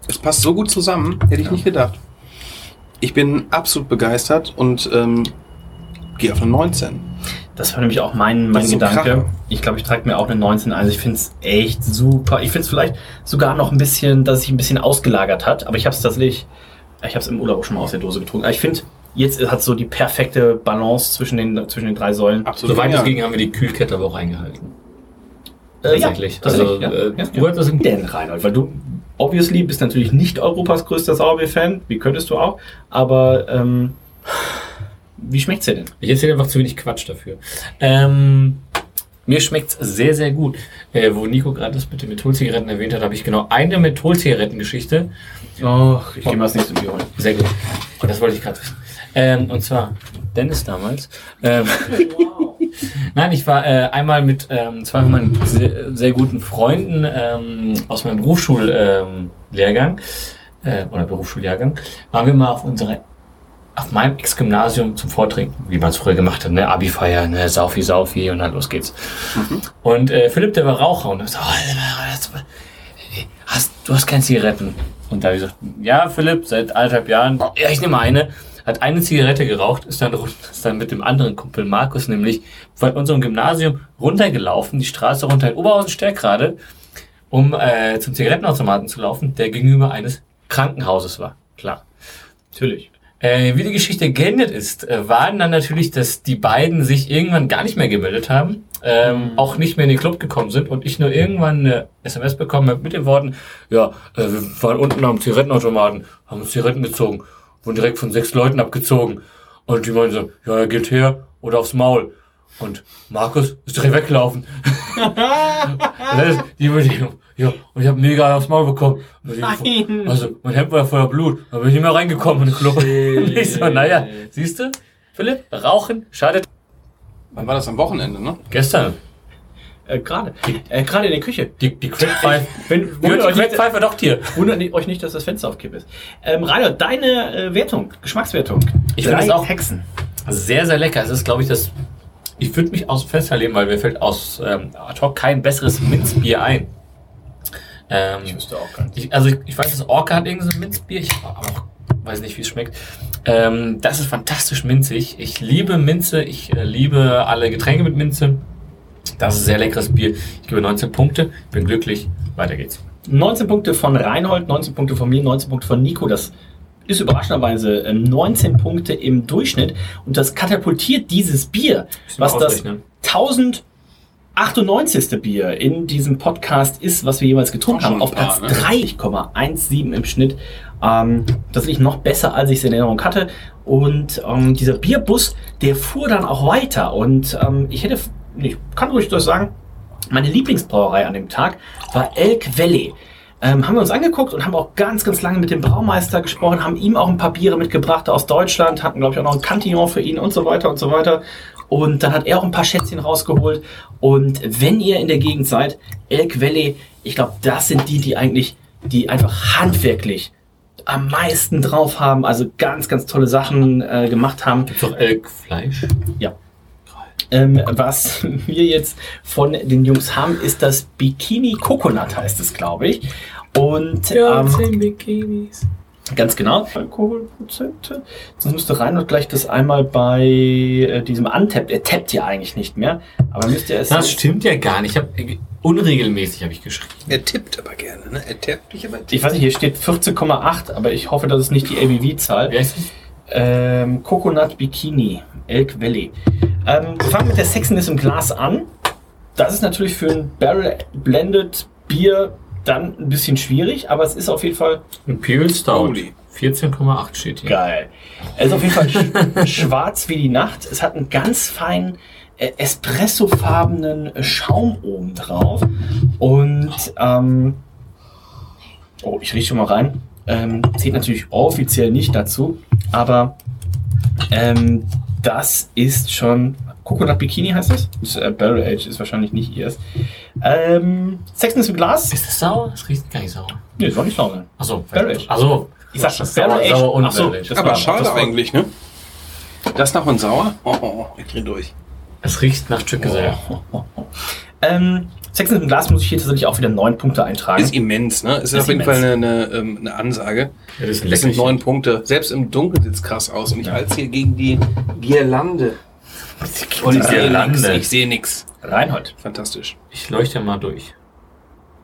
[SPEAKER 1] es passt so gut zusammen, hätte ich nicht gedacht. Ich bin absolut begeistert und ähm, gehe auf eine 19.
[SPEAKER 9] Das war nämlich auch mein, mein
[SPEAKER 1] ist so
[SPEAKER 9] Gedanke.
[SPEAKER 1] Kracher.
[SPEAKER 9] Ich glaube, ich trage mir auch eine 19 ein. Ich finde es echt super. Ich finde es vielleicht sogar noch ein bisschen, dass es sich ein bisschen ausgelagert hat. Aber ich habe es tatsächlich, ich habe es im Urlaub auch schon mal aus der Dose getrunken. Aber ich finde, jetzt hat so die perfekte Balance zwischen den, zwischen den drei Säulen.
[SPEAKER 1] Absolut.
[SPEAKER 10] Soweit es
[SPEAKER 1] ja.
[SPEAKER 10] ging, haben wir die Kühlkette aber auch eingehalten.
[SPEAKER 9] Äh, ja,
[SPEAKER 10] Tatsächlich.
[SPEAKER 9] tatsächlich.
[SPEAKER 10] Also,
[SPEAKER 9] ja,
[SPEAKER 10] äh,
[SPEAKER 9] ja,
[SPEAKER 10] du hattest
[SPEAKER 9] ja. Denn, Reinhold, weil du obviously bist natürlich nicht Europas größter Sauerbier-Fan. Wie könntest du auch? Aber ähm, wie schmeckt's dir denn?
[SPEAKER 10] Ich erzähle einfach zu wenig Quatsch dafür. Ähm, mir schmeckt's sehr, sehr gut. Äh, wo Nico gerade das mit den Mentholzigaretten erwähnt hat, habe ich genau eine Mentholzigarettengeschichte.
[SPEAKER 9] Oh, ich gehe mal das nächste Bier holen.
[SPEAKER 10] Sehr gut. Und das wollte ich gerade wissen. Ähm, und zwar Dennis damals. Ähm, Nein, ich war äh, einmal mit ähm, zwei von meinen sehr, sehr guten Freunden ähm, aus meinem Berufsschullehrgang ähm, Lehrgang, äh, oder Berufsschuljahrgang, waren wir mal auf unserer auf meinem Ex-Gymnasium zum Vortrinken, wie man es früher gemacht hat, ne? Abi-Feier, ne? Saufi, Saufi und dann los geht's. Und äh, Philipp, der war Raucher und er so, oh, jetzt- hast, du hast keine Zigaretten. Und da habe ich gesagt, ja, Philipp, seit anderthalb Jahren, ja, ich nehme eine. Hat eine Zigarette geraucht, ist dann, run- ist dann mit dem anderen Kumpel Markus nämlich von unserem Gymnasium runtergelaufen, die Straße runter in Oberhausen Stärkrade um äh, zum Zigarettenautomaten zu laufen, der gegenüber eines Krankenhauses war. Klar.
[SPEAKER 9] Natürlich.
[SPEAKER 10] Äh, wie die Geschichte geendet ist, äh, waren dann natürlich, dass die beiden sich irgendwann gar nicht mehr gemeldet haben, ähm, auch nicht mehr in den Club gekommen sind und ich nur irgendwann eine SMS bekommen habe mit den Worten, ja, äh, wir waren unten am Zigarettenautomaten, haben uns Zigaretten gezogen, wurden direkt von sechs Leuten abgezogen und die meinten so, ja, er geht her oder aufs Maul. Und Markus ist direkt weggelaufen. das heißt, Ne, die Überlegung, ja, und ich habe mega aufs Maul bekommen. Und die- Also, mein Hemd war voller Blut, da bin ich nicht mehr reingekommen in den Club. Und ich so, naja, siehst du, Philipp, Rauchen schadet
[SPEAKER 1] Wann war das am Wochenende, ne?
[SPEAKER 10] gestern.
[SPEAKER 9] Äh, gerade. Äh, gerade in der Küche.
[SPEAKER 10] Die, die Crackpfeife.
[SPEAKER 9] Äh, Wenn,
[SPEAKER 10] Die
[SPEAKER 9] wundert, euch nicht,
[SPEAKER 10] Crackpfeife doch dir.
[SPEAKER 9] wundert euch nicht, dass das Fenster auf Kipp ist. Ähm, Rainer, deine äh, Wertung, Geschmackswertung.
[SPEAKER 10] Ich finde es auch
[SPEAKER 7] Hexen.
[SPEAKER 10] Also sehr, sehr lecker. Es ist, glaube ich, das. Ich würde mich aus dem Fenster lehnen, weil mir fällt aus ähm, ad hoc kein besseres Minzbier ein. Ähm, ich wüsste auch gar nicht. Also ich, ich weiß, das Orca hat irgendein so ein Minzbier. Ich auch, weiß nicht, wie es schmeckt. Ähm, das ist fantastisch minzig. Ich liebe Minze. Ich äh, liebe alle Getränke mit Minze. Das ist ein sehr leckeres Bier. Ich gebe 19 Punkte. Bin glücklich. Weiter geht's.
[SPEAKER 9] 19 Punkte von Reinhold, 19 Punkte von mir, 19 Punkte von Nico. Das ist überraschenderweise ähm, 19 Punkte im Durchschnitt. Und das katapultiert dieses Bier, was das
[SPEAKER 10] Ausrechnen.
[SPEAKER 9] 1098. Bier in diesem Podcast ist, was wir jeweils getrunken
[SPEAKER 1] Auch schon
[SPEAKER 9] haben, auf
[SPEAKER 1] ein paar,
[SPEAKER 9] Platz
[SPEAKER 1] ne?
[SPEAKER 9] 3,17 im Schnitt. Ähm, das liegt noch besser, als ich es in Erinnerung hatte. Und ähm, dieser Bierbus, der fuhr dann auch weiter. Und ähm, ich hätte, f- ich kann ruhig das sagen, meine Lieblingsbrauerei an dem Tag war Elk Valley. Ähm, haben wir uns angeguckt und haben auch ganz, ganz lange mit dem Braumeister gesprochen, haben ihm auch ein paar Biere mitgebracht aus Deutschland, hatten, glaube ich, auch noch ein Cantillon für ihn und so weiter und so weiter. Und dann hat er auch ein paar Schätzchen rausgeholt. Und wenn ihr in der Gegend seid, Elk Valley, ich glaube, das sind die, die eigentlich, die einfach handwerklich am meisten drauf haben, also ganz, ganz tolle Sachen äh, gemacht haben.
[SPEAKER 10] Gibt's doch äh, Elkfleisch? Oh
[SPEAKER 9] Ähm, was wir jetzt von den Jungs haben, ist das Bikini Coconut, heißt es, glaube ich. Und ähm,
[SPEAKER 10] Bikinis.
[SPEAKER 9] ganz genau, Alkoholprozente. Sonst müsste Reinhold gleich das einmal bei äh, diesem Untapped, er tappt ja eigentlich nicht mehr, aber müsste er es.
[SPEAKER 10] Das stimmt ja gar nicht. Ich hab, äh, unregelmäßig habe ich geschrieben.
[SPEAKER 1] Er tippt aber gerne, ne? Er tippt dich aber
[SPEAKER 9] Ich weiß nicht, hier steht 14,8, aber ich hoffe, das ist nicht die ABV-Zahl.
[SPEAKER 10] Wer ist das?
[SPEAKER 9] Ähm, Coconut Bikini, Elk Valley. Ähm, wir fangen mit der Sexiness im Glas an. Das ist natürlich für ein Barrel Blended Bier dann ein bisschen schwierig, aber es ist auf jeden Fall
[SPEAKER 10] Imperial Stout.
[SPEAKER 1] Holy.
[SPEAKER 10] 14,8 steht hier.
[SPEAKER 9] geil. Es ist auf jeden Fall sch schwarz wie die Nacht. Es hat einen ganz feinen äh, espressofarbenen Schaum oben drauf. Und ähm, oh, ich rieche schon mal rein. Ähm, zählt natürlich offiziell nicht dazu, aber ähm, das ist schon. Coconut Bikini heißt das? Ist, äh, Barrel Age ist wahrscheinlich nicht ihrs. Ähm, Sexness im Glas?
[SPEAKER 10] Ist das sauer? Das riecht gar nicht sauer.
[SPEAKER 9] Nee, soll nicht sauer.
[SPEAKER 10] Achso,
[SPEAKER 9] Barrel-aged.
[SPEAKER 10] Achso.
[SPEAKER 9] Ich sag schon,
[SPEAKER 10] Also, sauer,
[SPEAKER 9] Barrel-aged.
[SPEAKER 10] sauer und
[SPEAKER 9] Ach so,
[SPEAKER 10] barrel-aged.
[SPEAKER 9] das-
[SPEAKER 1] Aber
[SPEAKER 9] war-
[SPEAKER 1] schade
[SPEAKER 9] das war-
[SPEAKER 1] eigentlich, ne? Das nach und sauer? Oh, oh, oh, ich dreh durch.
[SPEAKER 10] Es riecht nach Chückgesell.
[SPEAKER 9] Oh. Ähm, Sex mit dem Glas muss ich hier tatsächlich auch wieder neun Punkte eintragen.
[SPEAKER 1] Ist immens, ne? Ist,
[SPEAKER 9] Ist
[SPEAKER 1] auf jeden
[SPEAKER 9] immens.
[SPEAKER 1] Fall eine, eine, ähm, eine Ansage.
[SPEAKER 10] Ja, das ist
[SPEAKER 1] Das sind neun Punkte. Selbst im Dunkeln sieht's krass aus. Und ich halte hier gegen die Girlande. Und ich sehe nix.
[SPEAKER 10] Girlande.
[SPEAKER 1] Ich sehe nix.
[SPEAKER 9] Reinhold.
[SPEAKER 1] Fantastisch.
[SPEAKER 10] Ich leuchte mal durch.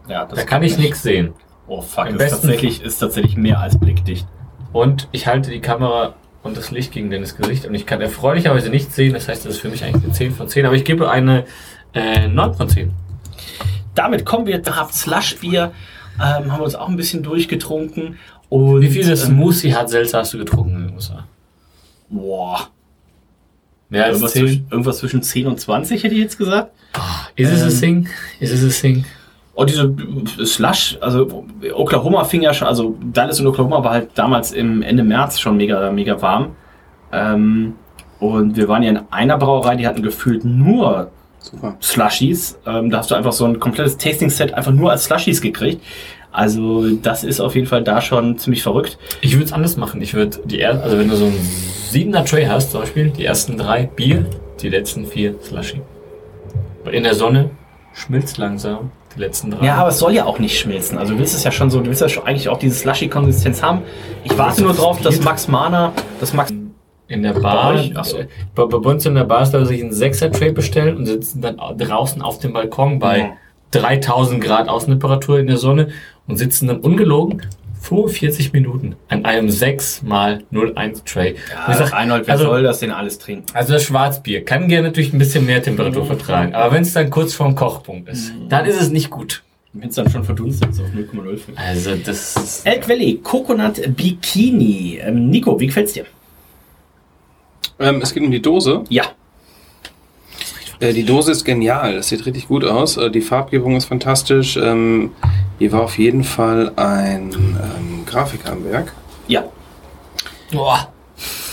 [SPEAKER 9] Ja, das
[SPEAKER 10] Da kann ich nichts sehen.
[SPEAKER 9] Oh fuck,
[SPEAKER 10] Im
[SPEAKER 9] ist
[SPEAKER 10] besten-
[SPEAKER 9] tatsächlich, ist tatsächlich mehr als blickdicht.
[SPEAKER 10] Und ich halte die Kamera und das Licht gegen Dennis Gesicht und ich kann erfreulicherweise nichts sehen. Das heißt, das ist für mich eigentlich eine 10 von 10. Aber ich gebe eine äh, 9 von 10.
[SPEAKER 9] Damit kommen wir zu Haft Slush Bier. Ähm, haben wir uns auch ein bisschen durchgetrunken. Und,
[SPEAKER 10] Wie viele
[SPEAKER 9] ähm,
[SPEAKER 10] Smoothie hat Seltzer hast du getrunken in den USA?
[SPEAKER 9] Boah.
[SPEAKER 10] Mehr als
[SPEAKER 9] Irgendwas
[SPEAKER 10] 10?
[SPEAKER 9] zwischen, irgendwas zwischen 10 und 20 hätte ich jetzt gesagt.
[SPEAKER 10] Is it a
[SPEAKER 9] Ähm,
[SPEAKER 10] thing? Is it a thing?
[SPEAKER 9] Und diese Slush, also Oklahoma fing ja schon, also Dallas und Oklahoma war halt damals im Ende März schon mega, mega warm. Ähm, und wir waren ja in einer Brauerei, die hatten gefühlt nur
[SPEAKER 1] Super.
[SPEAKER 9] Slushies. Ähm, da hast du einfach so ein komplettes Tasting-Set einfach nur als Slushies gekriegt. Also das ist auf jeden Fall da schon ziemlich verrückt.
[SPEAKER 10] Ich würde es anders machen. Ich würde die ersten, also wenn du so einen siebener Tray hast, zum Beispiel, die ersten drei Bier, die letzten vier Slushy. Weil in der Sonne schmilzt langsam die letzten drei.
[SPEAKER 9] Ja, aber es soll ja auch nicht schmilzen. Also du willst es ja schon so, du willst ja schon eigentlich auch diese Slushy-Konsistenz haben. Ich warte nur drauf, dass Max Mana, dass Max...
[SPEAKER 10] in der Bar,
[SPEAKER 9] Bei
[SPEAKER 10] äh,
[SPEAKER 9] euch? Ach so.
[SPEAKER 10] bei, bei uns in der Bar ist da sich ein sechser Tray bestellen und sitzen dann au- draußen auf dem Balkon bei 3000 Grad Außentemperatur in der Sonne und sitzen dann ungelogen 45 Minuten an einem 6 mal 01 Tray. Und ich sag,
[SPEAKER 9] Reinhold, wer
[SPEAKER 10] also-
[SPEAKER 9] soll das denn alles trinken?
[SPEAKER 10] also das Schwarzbier kann gerne natürlich ein bisschen mehr
[SPEAKER 1] Mhm.
[SPEAKER 10] Temperatur vertragen, aber wenn es dann kurz vorm Kochpunkt ist, dann ist es nicht gut.
[SPEAKER 9] Wenn es dann schon verdunstet, so auf 0,05.
[SPEAKER 10] Also das ist
[SPEAKER 9] El Quelli, Coconut Bikini. Ähm, Nico, wie gefällt's dir?
[SPEAKER 1] Ähm, es geht um die Dose.
[SPEAKER 9] Ja.
[SPEAKER 1] Äh, die Dose ist genial. Das sieht richtig gut aus. Äh, die Farbgebung ist fantastisch. Ähm, hier war auf jeden Fall ein ähm, Grafiker am Werk.
[SPEAKER 9] Ja.
[SPEAKER 10] boah,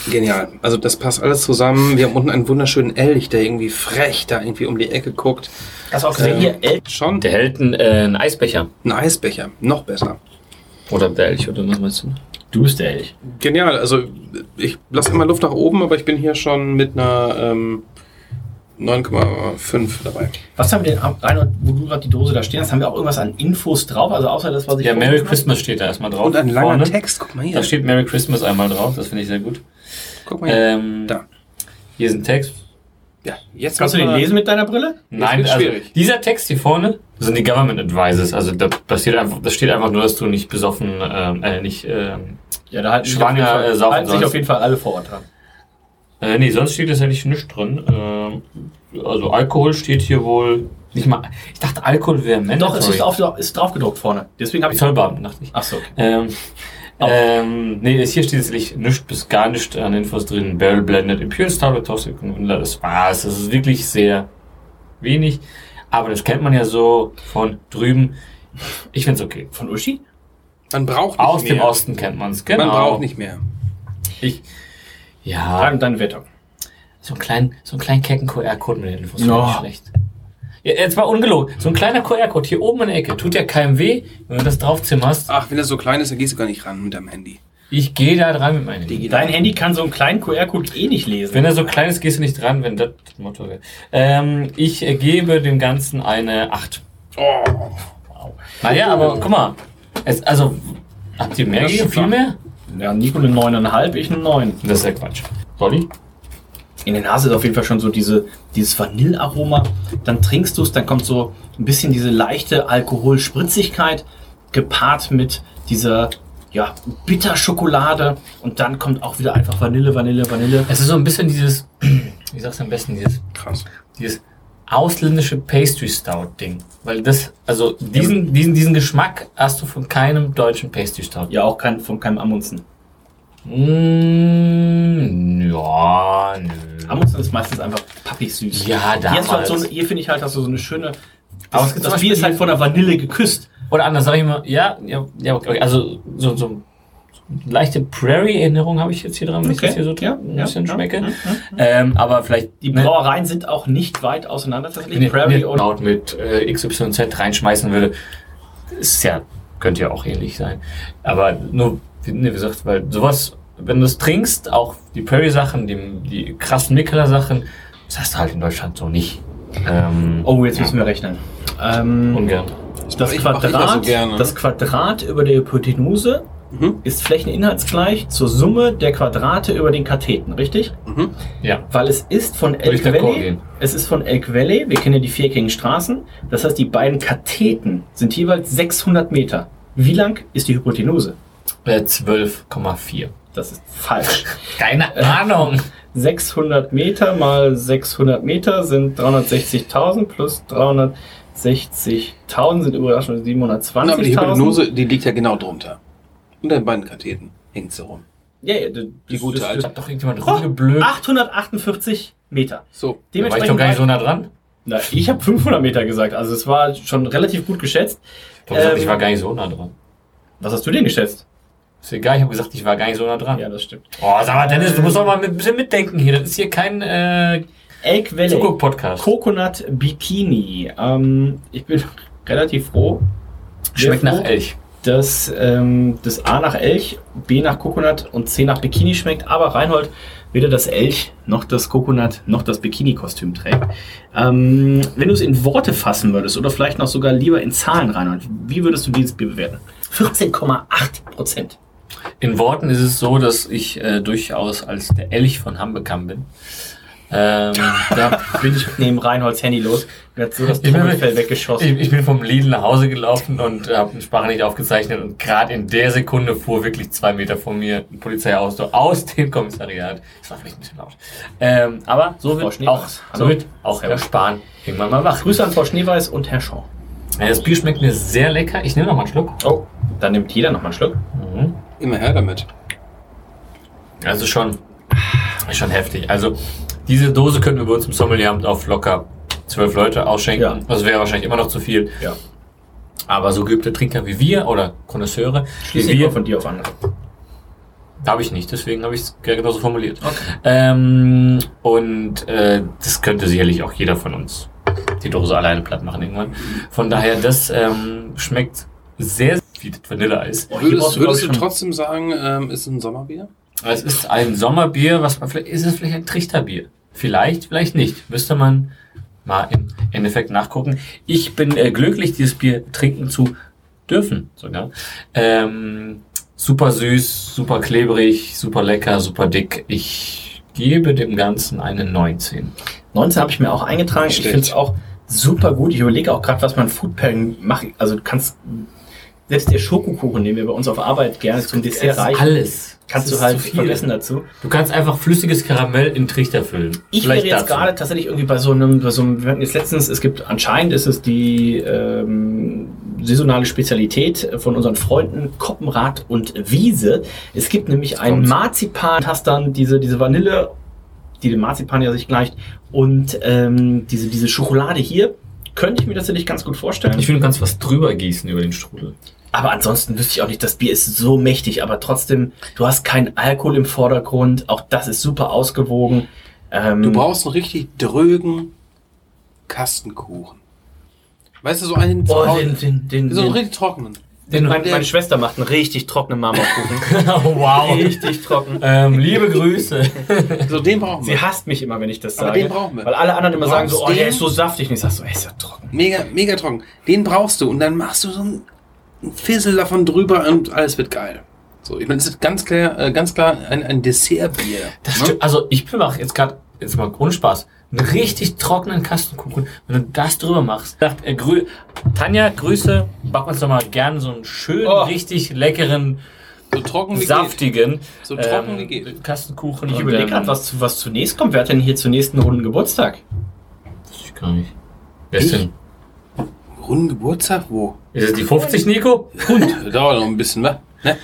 [SPEAKER 1] Genial. Also das passt alles zusammen. Wir haben unten einen wunderschönen Elch, der irgendwie frech da irgendwie um die Ecke guckt.
[SPEAKER 9] Hast du auch gesehen,
[SPEAKER 1] Ähm,
[SPEAKER 9] hier, El
[SPEAKER 1] Schon
[SPEAKER 10] der hält einen, äh, einen Eisbecher
[SPEAKER 1] ein Eisbecher. Noch besser.
[SPEAKER 10] oder der Elch oder was meinst du?
[SPEAKER 9] Du bist der Elch.
[SPEAKER 1] Genial. Also ich lasse immer Luft nach oben, aber ich bin hier schon mit einer ähm, 9,5 dabei.
[SPEAKER 9] Was haben wir denn, Reinhold, wo du gerade die Dose da stehen hast, haben wir auch irgendwas an Infos drauf? Also außer das, was ich
[SPEAKER 10] Ja,
[SPEAKER 9] vorhin
[SPEAKER 10] Merry
[SPEAKER 9] gesagt
[SPEAKER 10] Christmas steht da erstmal drauf.
[SPEAKER 1] Und ein langer
[SPEAKER 10] vorne.
[SPEAKER 1] Text. Guck mal hier.
[SPEAKER 10] Da steht Merry Christmas einmal drauf, das finde ich sehr gut.
[SPEAKER 1] Guck mal hier.
[SPEAKER 10] Ähm,
[SPEAKER 1] Da.
[SPEAKER 10] Hier ist ein Text.
[SPEAKER 1] ja, jetzt
[SPEAKER 9] Kannst du
[SPEAKER 1] muss
[SPEAKER 9] den
[SPEAKER 1] man-
[SPEAKER 9] lesen mit deiner Brille?
[SPEAKER 10] Nein,
[SPEAKER 1] wird
[SPEAKER 10] also
[SPEAKER 1] schwierig.
[SPEAKER 10] dieser Text hier vorne sind die Government Advices. Also da passiert einfach, das steht einfach nur, dass du nicht besoffen, ähm, äh, nicht ähm,
[SPEAKER 9] Ja, da halten sich
[SPEAKER 10] Schwanger,
[SPEAKER 9] auf jeden Fall-
[SPEAKER 10] äh, saufen
[SPEAKER 9] halten sich
[SPEAKER 10] sollst.
[SPEAKER 9] auf jeden Fall alle vor Ort dran.
[SPEAKER 10] Äh, nee, sonst steht das eigentlich nicht drin. Ähm, also Alkohol steht hier wohl nicht mal. Ich dachte, Alkohol wäre
[SPEAKER 9] Doch,
[SPEAKER 10] mandatory.
[SPEAKER 9] es ist, auf, ist draufgedruckt vorne. Deswegen habe ich.
[SPEAKER 10] Zollbeamten, dachte ich.
[SPEAKER 9] Achso, okay.
[SPEAKER 10] Ähm, ähm, nee, das hier steht jetzt nichts bis gar nicht an Infos drin. Barrel Blended Imperial Stout, Toxic und das war's. Das ist wirklich sehr wenig. Aber das kennt man ja so von drüben. Ich find's okay.
[SPEAKER 9] Von Uschi?
[SPEAKER 1] Man braucht nicht
[SPEAKER 10] Aus
[SPEAKER 1] mehr.
[SPEAKER 10] dem Osten kennt man's, genau.
[SPEAKER 1] Man braucht nicht mehr.
[SPEAKER 10] Ich, ja,
[SPEAKER 9] Deine, deine Wettung.
[SPEAKER 10] so einen kleinen, so einen kleinen kecken QR-Code mit den Infos.
[SPEAKER 9] Ja.
[SPEAKER 10] Ja. Nicht schlecht. Ja, jetzt mal ungelogen. So ein kleiner QR-Code hier oben in der Ecke. Tut ja keinem weh, wenn du das draufzimmerst.
[SPEAKER 1] Ach, wenn er so klein ist, dann gehst du gar nicht ran mit deinem Handy.
[SPEAKER 10] Ich gehe da dran mit meinem Handy.
[SPEAKER 9] Dein Handy kann so einen kleinen QR-Code eh nicht lesen.
[SPEAKER 10] Wenn er so klein ist, gehst du nicht dran, wenn das das Motto wäre. Ähm, ich äh, gebe dem Ganzen eine 8.
[SPEAKER 1] Oh,
[SPEAKER 10] Naja, aber guck mal. Es, also, habt ihr mehr
[SPEAKER 9] Das
[SPEAKER 10] gegeben?
[SPEAKER 9] ist
[SPEAKER 10] Viel
[SPEAKER 9] wahr.
[SPEAKER 10] mehr?
[SPEAKER 9] ja, Nico eine 9,5, ich eine 9.
[SPEAKER 10] Das ist ja Quatsch. Dolly?
[SPEAKER 9] In der Nase ist auf jeden Fall schon so diese, dieses Vanillaroma. Dann trinkst du es, dann kommt so ein bisschen diese leichte Alkoholspritzigkeit gepaart mit dieser ja, Bitterschokolade und dann kommt auch wieder einfach Vanille, Vanille, Vanille.
[SPEAKER 10] Es ist so ein bisschen dieses, wie sagst du am besten, dieses,
[SPEAKER 1] krass.
[SPEAKER 10] dieses ausländische Pastry Stout Ding. Weil das, also diesen, diesen, diesen Geschmack hast du von keinem deutschen Pastry Stout.
[SPEAKER 9] Ja, auch kein, von keinem Amundsen.
[SPEAKER 10] Mm, ja, nö.
[SPEAKER 9] Amundsen ist meistens einfach pappig süß. Hier,
[SPEAKER 10] Ja,
[SPEAKER 9] hast du halt
[SPEAKER 10] damals.
[SPEAKER 9] so, eine- hier finde ich halt, dass du so eine schöne.
[SPEAKER 10] Aber
[SPEAKER 9] Das,
[SPEAKER 10] es
[SPEAKER 9] das
[SPEAKER 10] gibt zum
[SPEAKER 9] Bier
[SPEAKER 10] Beispiel
[SPEAKER 9] ist halt
[SPEAKER 10] hier-
[SPEAKER 9] von der Vanille geküsst.
[SPEAKER 10] Oder anders, sag ich mal, ja, ja, ja okay. also so, so eine leichte Prairie-Erinnerung habe ich jetzt hier dran, wenn ich
[SPEAKER 9] Okay,
[SPEAKER 10] das hier so
[SPEAKER 9] ja,
[SPEAKER 10] ein
[SPEAKER 9] ja,
[SPEAKER 10] bisschen
[SPEAKER 9] ja,
[SPEAKER 10] schmecke.
[SPEAKER 9] ja, ja,
[SPEAKER 10] Ähm, aber vielleicht
[SPEAKER 9] Die
[SPEAKER 10] ne,
[SPEAKER 9] Brauereien sind auch nicht weit auseinander. Tatsächlich
[SPEAKER 10] wenn ihr- wenn
[SPEAKER 9] Prairie
[SPEAKER 10] ihr
[SPEAKER 9] und
[SPEAKER 10] Laut mit äh, XYZ reinschmeißen würde, ist ja, könnte ja auch ähnlich sein. Aber nur, wie, ne, wie gesagt, weil sowas, wenn du es trinkst, auch die Prairie-Sachen, die, die krassen Mikkeler-Sachen, das hast du halt in Deutschland so nicht. Ähm,
[SPEAKER 9] Oh, jetzt müssen wir rechnen. Ähm,
[SPEAKER 10] Ungern.
[SPEAKER 9] das,
[SPEAKER 1] ich- mach ich ja so
[SPEAKER 9] Quadrat,
[SPEAKER 1] gerne.
[SPEAKER 9] das Quadrat über der Hypotenuse
[SPEAKER 1] Mhm.
[SPEAKER 9] ist flächeninhaltsgleich zur Summe der Quadrate über den Katheten, richtig?
[SPEAKER 1] Mhm.
[SPEAKER 10] Ja.
[SPEAKER 9] Weil es ist von
[SPEAKER 10] Würde
[SPEAKER 9] Elk
[SPEAKER 10] ich d'accord
[SPEAKER 9] Valley,
[SPEAKER 10] gehen.
[SPEAKER 9] es ist von Elk Valley, wir kennen ja die viereckigen Straßen, das heißt, die beiden Katheten sind jeweils 600 Meter. Wie lang ist die Hypotenuse?
[SPEAKER 10] Äh, 12,4.
[SPEAKER 9] Das ist falsch.
[SPEAKER 10] Keine Ahnung.
[SPEAKER 9] 600 Meter mal 600 Meter sind 360.000 plus 360.000 sind überraschend
[SPEAKER 1] Und aber die
[SPEAKER 9] 720.000.
[SPEAKER 1] Hypnose, die liegt ja genau drunter. Und dein Beinkatheten hängt so rum.
[SPEAKER 9] Ja, ja, die
[SPEAKER 1] gute
[SPEAKER 10] Ich
[SPEAKER 1] alte.
[SPEAKER 10] hab doch irgendjemand
[SPEAKER 9] Oh,
[SPEAKER 10] rumgeblöd.
[SPEAKER 9] 848 Meter.
[SPEAKER 1] So.
[SPEAKER 10] Da war ich doch gar nicht so nah dran.
[SPEAKER 9] Na, ich habe 500 Meter gesagt, also es war schon relativ gut geschätzt.
[SPEAKER 10] Ich, hab gesagt,
[SPEAKER 9] Ähm,
[SPEAKER 10] ich war gar nicht so nah dran.
[SPEAKER 9] Was hast du denn geschätzt?
[SPEAKER 10] Ist egal, ich habe gesagt, ich war gar nicht so nah dran.
[SPEAKER 9] Ja, das stimmt.
[SPEAKER 10] Oh, sag mal, Dennis, du musst doch mal mit- ein bisschen mitdenken hier. Das ist hier kein äh,
[SPEAKER 9] Elk Valley.
[SPEAKER 10] Zuguck-Podcast.
[SPEAKER 9] Coconut Bikini. Ähm, ich bin relativ froh.
[SPEAKER 10] Schmeckt
[SPEAKER 9] Sehr
[SPEAKER 10] nach
[SPEAKER 9] froh.
[SPEAKER 10] Elch.
[SPEAKER 9] dass ähm, das A nach Elch, B nach Coconut und C nach Bikini schmeckt, aber Reinhold weder das Elch noch das Coconut noch das Bikini-Kostüm trägt. Ähm, wenn du es in Worte fassen würdest oder vielleicht noch sogar lieber in Zahlen, Reinhold, wie würdest du dieses Bier bewerten? 14,8 Prozent.
[SPEAKER 10] In Worten ist es so, dass ich äh, durchaus als der Elch von Hamm bekannt bin. Ähm, ja.
[SPEAKER 9] Bin ich neben Reinholds Handy los. Mir hat so das
[SPEAKER 10] Ich bin-
[SPEAKER 9] Trommelfell
[SPEAKER 10] Ich,
[SPEAKER 9] weggeschossen.
[SPEAKER 10] ich bin vom Lidl nach Hause gelaufen und habe eine Sprache nicht aufgezeichnet und gerade in der Sekunde fuhr wirklich zwei Meter vor mir ein Polizeiauto aus dem Kommissariat. Das war vielleicht ein bisschen laut. Ähm, aber so
[SPEAKER 9] Frau
[SPEAKER 10] wird, auch,
[SPEAKER 9] Schneeweiß.
[SPEAKER 10] so
[SPEAKER 9] Hallo.
[SPEAKER 10] wird auch Herr Spahn irgendwann mal wach.
[SPEAKER 9] Grüße an Frau Schneeweiß und Herr Shaw.
[SPEAKER 10] Äh, Das Bier schmeckt mir sehr lecker. Ich nehme noch mal einen Schluck.
[SPEAKER 9] Oh, dann nimmt jeder nochmal einen Schluck.
[SPEAKER 10] Mhm.
[SPEAKER 1] Immer her damit.
[SPEAKER 10] Also schon, ist schon heftig. Also diese Dose könnten wir bei uns im Sommelieramt auf locker zwölf Leute ausschenken.
[SPEAKER 9] Ja.
[SPEAKER 10] Das wäre wahrscheinlich immer noch zu viel.
[SPEAKER 9] Ja.
[SPEAKER 10] Aber so geübte Trinker wie wir oder Connoisseure, wie
[SPEAKER 9] Schließlich
[SPEAKER 10] wir,
[SPEAKER 9] nur von dir auf andere.
[SPEAKER 10] Habe ich nicht, deswegen habe ich es genauso formuliert. Ähm, und äh, das könnte sicherlich auch jeder von uns die Dose alleine platt machen irgendwann. Von daher, das ähm, schmeckt sehr wie das Vanilleeis.
[SPEAKER 9] Oh,
[SPEAKER 1] Würdest,
[SPEAKER 9] hier brauchst du, glaub ich,
[SPEAKER 1] würdest du
[SPEAKER 9] schon- Hm.
[SPEAKER 1] trotzdem sagen, ähm, ist ein Sommerbier?
[SPEAKER 10] Also Es ist ein Sommerbier, was man vielleicht, ist es vielleicht ein Trichterbier? Vielleicht, vielleicht nicht. Müsste man mal im Endeffekt nachgucken. Ich bin äh, glücklich, dieses Bier trinken zu dürfen sogar. Ähm, super süß, super klebrig, super lecker, super dick. Ich gebe dem Ganzen eine 19.
[SPEAKER 9] 19 habe ich mir auch eingetragen. Ich
[SPEAKER 1] Schlecht.
[SPEAKER 9] finde es auch super gut. Ich überlege auch gerade, was man Food Pairing macht. Also du kannst selbst der Schokokuchen, den wir bei uns auf Arbeit gerne zum Dessert reichen,
[SPEAKER 10] alles.
[SPEAKER 9] kannst
[SPEAKER 10] Das
[SPEAKER 9] du
[SPEAKER 10] ist
[SPEAKER 9] halt
[SPEAKER 10] zu viel.
[SPEAKER 9] vergessen dazu.
[SPEAKER 10] Du kannst einfach flüssiges Karamell in Trichter füllen.
[SPEAKER 9] Ich
[SPEAKER 10] Vielleicht
[SPEAKER 9] wäre jetzt
[SPEAKER 10] dazu.
[SPEAKER 9] gerade tatsächlich irgendwie bei so einem, bei so einem, wir hatten jetzt letztens, es gibt anscheinend ist es die ähm, saisonale Spezialität von unseren Freunden Koppenrad und Wiese. Es gibt nämlich einen
[SPEAKER 10] kommt's.
[SPEAKER 9] Marzipan, hast dann diese, diese Vanille, die dem Marzipan ja sich gleicht, und ähm, diese, diese Schokolade hier. Könnte ich mir tatsächlich ganz gut vorstellen.
[SPEAKER 10] Ich finde, du kannst was drüber gießen über den Strudel.
[SPEAKER 9] Aber ansonsten wüsste ich auch nicht, das Bier ist so mächtig, aber trotzdem, du hast keinen Alkohol im Vordergrund, auch das ist super ausgewogen. Ähm,
[SPEAKER 1] Du brauchst einen richtig drögen Kastenkuchen. Weißt du, so einen
[SPEAKER 9] oh,
[SPEAKER 1] Hause-
[SPEAKER 9] den, den, den,
[SPEAKER 1] so einen
[SPEAKER 9] den,
[SPEAKER 1] richtig trockenen.
[SPEAKER 9] den, mein,
[SPEAKER 1] den-
[SPEAKER 9] halt meine Schwester macht einen richtig trockenen Marmorkuchen.
[SPEAKER 10] Oh, wow.
[SPEAKER 9] richtig trocken.
[SPEAKER 10] ähm, liebe Grüße.
[SPEAKER 1] So den brauchen
[SPEAKER 9] Sie
[SPEAKER 1] wir.
[SPEAKER 9] hasst mich immer, wenn ich das
[SPEAKER 1] Aber
[SPEAKER 9] sage.
[SPEAKER 1] den brauchen wir.
[SPEAKER 9] Weil alle anderen immer
[SPEAKER 1] Du
[SPEAKER 9] sagen so, oh,
[SPEAKER 1] brauchst
[SPEAKER 9] der
[SPEAKER 1] den.
[SPEAKER 9] ist so saftig. Und ich sag so, ey, ist ja trocken.
[SPEAKER 1] Mega, mega trocken. Den brauchst du und dann machst du so einen Fissel davon drüber und alles wird geil. So, ich meine, es ist ganz klar, äh, ganz klar ein, ein Dessertbier.
[SPEAKER 10] Das
[SPEAKER 1] ne?
[SPEAKER 10] stimmt. Also ich mache jetzt gerade, jetzt mal ohne Spaß, einen richtig trockenen Kastenkuchen. Wenn du das drüber machst, sagt er äh, grü Tanja, Grüße, back uns doch mal gerne so einen schönen,
[SPEAKER 9] Oh.
[SPEAKER 10] richtig leckeren,
[SPEAKER 1] So trocken wie
[SPEAKER 10] saftigen ähm,
[SPEAKER 1] geht. So trocken wie geht.
[SPEAKER 10] Kastenkuchen.
[SPEAKER 9] Ich
[SPEAKER 10] Und,
[SPEAKER 9] überlege gerade,
[SPEAKER 10] ähm,
[SPEAKER 9] was, zu- was zunächst kommt. Wer hat denn hier zur nächsten Runden Geburtstag?
[SPEAKER 10] Weiß ich gar nicht. Wer ist
[SPEAKER 1] Ich?
[SPEAKER 10] denn?
[SPEAKER 1] Runden Geburtstag? Wo?
[SPEAKER 10] Ist es die 50, Nico?
[SPEAKER 1] Hund. Dauert noch ein bisschen, wa? Ne?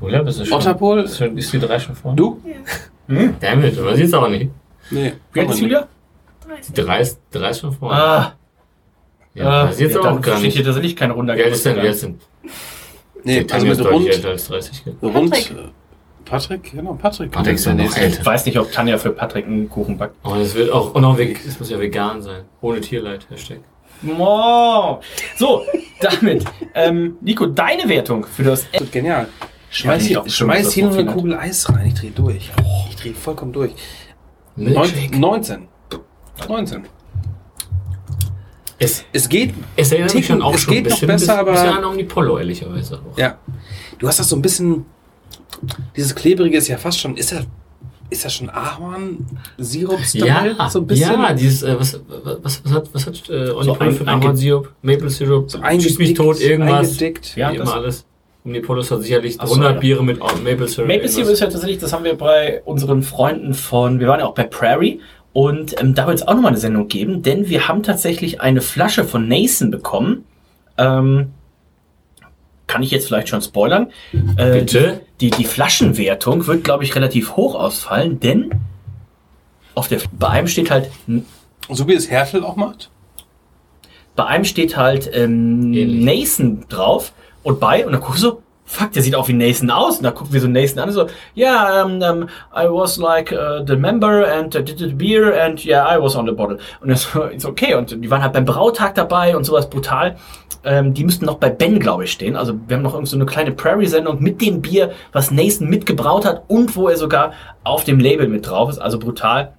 [SPEAKER 10] Julia, bist du schon?
[SPEAKER 1] Otterpol?
[SPEAKER 10] Ist schon- Ist die drei schon vor?
[SPEAKER 1] Du?
[SPEAKER 10] Damn it, was jetzt auch nicht.
[SPEAKER 1] Nee.
[SPEAKER 9] Wer ist Julia?
[SPEAKER 10] Die drei ist, die drei ist schon vor.
[SPEAKER 9] Ah,
[SPEAKER 10] ja, weiß ich jetzt
[SPEAKER 9] ja,
[SPEAKER 10] auch
[SPEAKER 9] dann
[SPEAKER 10] gar
[SPEAKER 9] steht
[SPEAKER 10] nicht.
[SPEAKER 9] hier tatsächlich keine Runde.
[SPEAKER 10] Wer ist denn? Wer ist denn?
[SPEAKER 1] Nee,
[SPEAKER 10] Tanja
[SPEAKER 1] also mit
[SPEAKER 10] ist deutlich
[SPEAKER 1] rund.
[SPEAKER 10] älter als 30. gell?
[SPEAKER 1] Rund. äh, Patrick? Genau, Patrick.
[SPEAKER 10] Patrick ist ja
[SPEAKER 1] Der
[SPEAKER 10] noch
[SPEAKER 1] nächste.
[SPEAKER 10] älter.
[SPEAKER 9] Ich weiß nicht, ob Tanja für Patrick einen Kuchen backt.
[SPEAKER 10] Oh, das wird auch, und auch weg, das muss ja vegan sein. Ohne Tierleid, Hashtag.
[SPEAKER 9] Wow. So, damit, ähm, Nico, deine Wertung für das.
[SPEAKER 1] Das wird genial. Schmeiß,
[SPEAKER 9] Ja,
[SPEAKER 1] hier,
[SPEAKER 9] auch
[SPEAKER 1] schmeiß
[SPEAKER 9] bestimmt,
[SPEAKER 1] hier
[SPEAKER 9] dass
[SPEAKER 1] noch
[SPEAKER 9] so
[SPEAKER 1] eine Kugel
[SPEAKER 9] viel
[SPEAKER 1] Eis rein. Ich drehe durch. Ich drehe vollkommen durch. Neun- 19. 19.
[SPEAKER 10] Es,
[SPEAKER 1] Es geht.
[SPEAKER 10] es erinnert mich schon auch
[SPEAKER 1] Es
[SPEAKER 10] schon
[SPEAKER 1] geht noch
[SPEAKER 10] ein bisschen.
[SPEAKER 1] besser, aber-
[SPEAKER 10] bisschen an Omni Polo, ehrlicherweise auch.
[SPEAKER 1] Ja. Du hast das so ein bisschen. Dieses klebrige ist ja fast schon. Ist das, ist das schon Ahorn-Sirup-Style?
[SPEAKER 10] Ja,
[SPEAKER 1] halt so ein bisschen.
[SPEAKER 10] ja, dieses, äh, was, was, was hat, was hat äh, Omni
[SPEAKER 9] So
[SPEAKER 10] Polo
[SPEAKER 9] ein-
[SPEAKER 10] für
[SPEAKER 9] einge-
[SPEAKER 10] Ahorn Sirup, Maple Sirup,
[SPEAKER 1] So
[SPEAKER 10] Schieß mich
[SPEAKER 1] eingedickt,
[SPEAKER 10] tot, irgendwas,
[SPEAKER 1] Eingedickt.
[SPEAKER 9] Ja,
[SPEAKER 10] wie
[SPEAKER 9] das-
[SPEAKER 10] immer alles. Omni Polo hat sicherlich
[SPEAKER 9] Ach so,
[SPEAKER 10] 100
[SPEAKER 9] ja.
[SPEAKER 10] Biere mit Au- Maple Sirup.
[SPEAKER 9] Maple Syrup ist ja tatsächlich, das haben wir bei unseren Freunden von, wir waren ja auch bei Prairie und ähm, da wird es auch nochmal eine Sendung geben, denn wir haben tatsächlich eine Flasche von Nathan bekommen. Ähm, kann ich jetzt vielleicht schon spoilern? Äh,
[SPEAKER 10] Bitte?
[SPEAKER 9] Die, die Flaschenwertung wird, glaube ich, relativ hoch ausfallen, denn auf der, bei einem steht halt
[SPEAKER 1] So wie es Hertel auch macht.
[SPEAKER 9] Bei einem steht halt ähm,
[SPEAKER 10] Ähnlich.
[SPEAKER 9] Nathan drauf und bei und dann guckst du so, fuck, der sieht auch wie Nathan aus. Und dann gucken wir so Nathan an und so, yeah, um, um, I was like uh, the member and I did the beer and yeah, I was on the bottle. Und das ist okay. Und die waren halt beim Brautag dabei und sowas brutal. Ähm, die müssten noch bei Ben, glaube ich, stehen. Also wir haben noch irgend so eine kleine Prairie-Sendung mit dem Bier, was Nathan mitgebraut hat und wo er sogar auf dem Label mit drauf ist. Also brutal.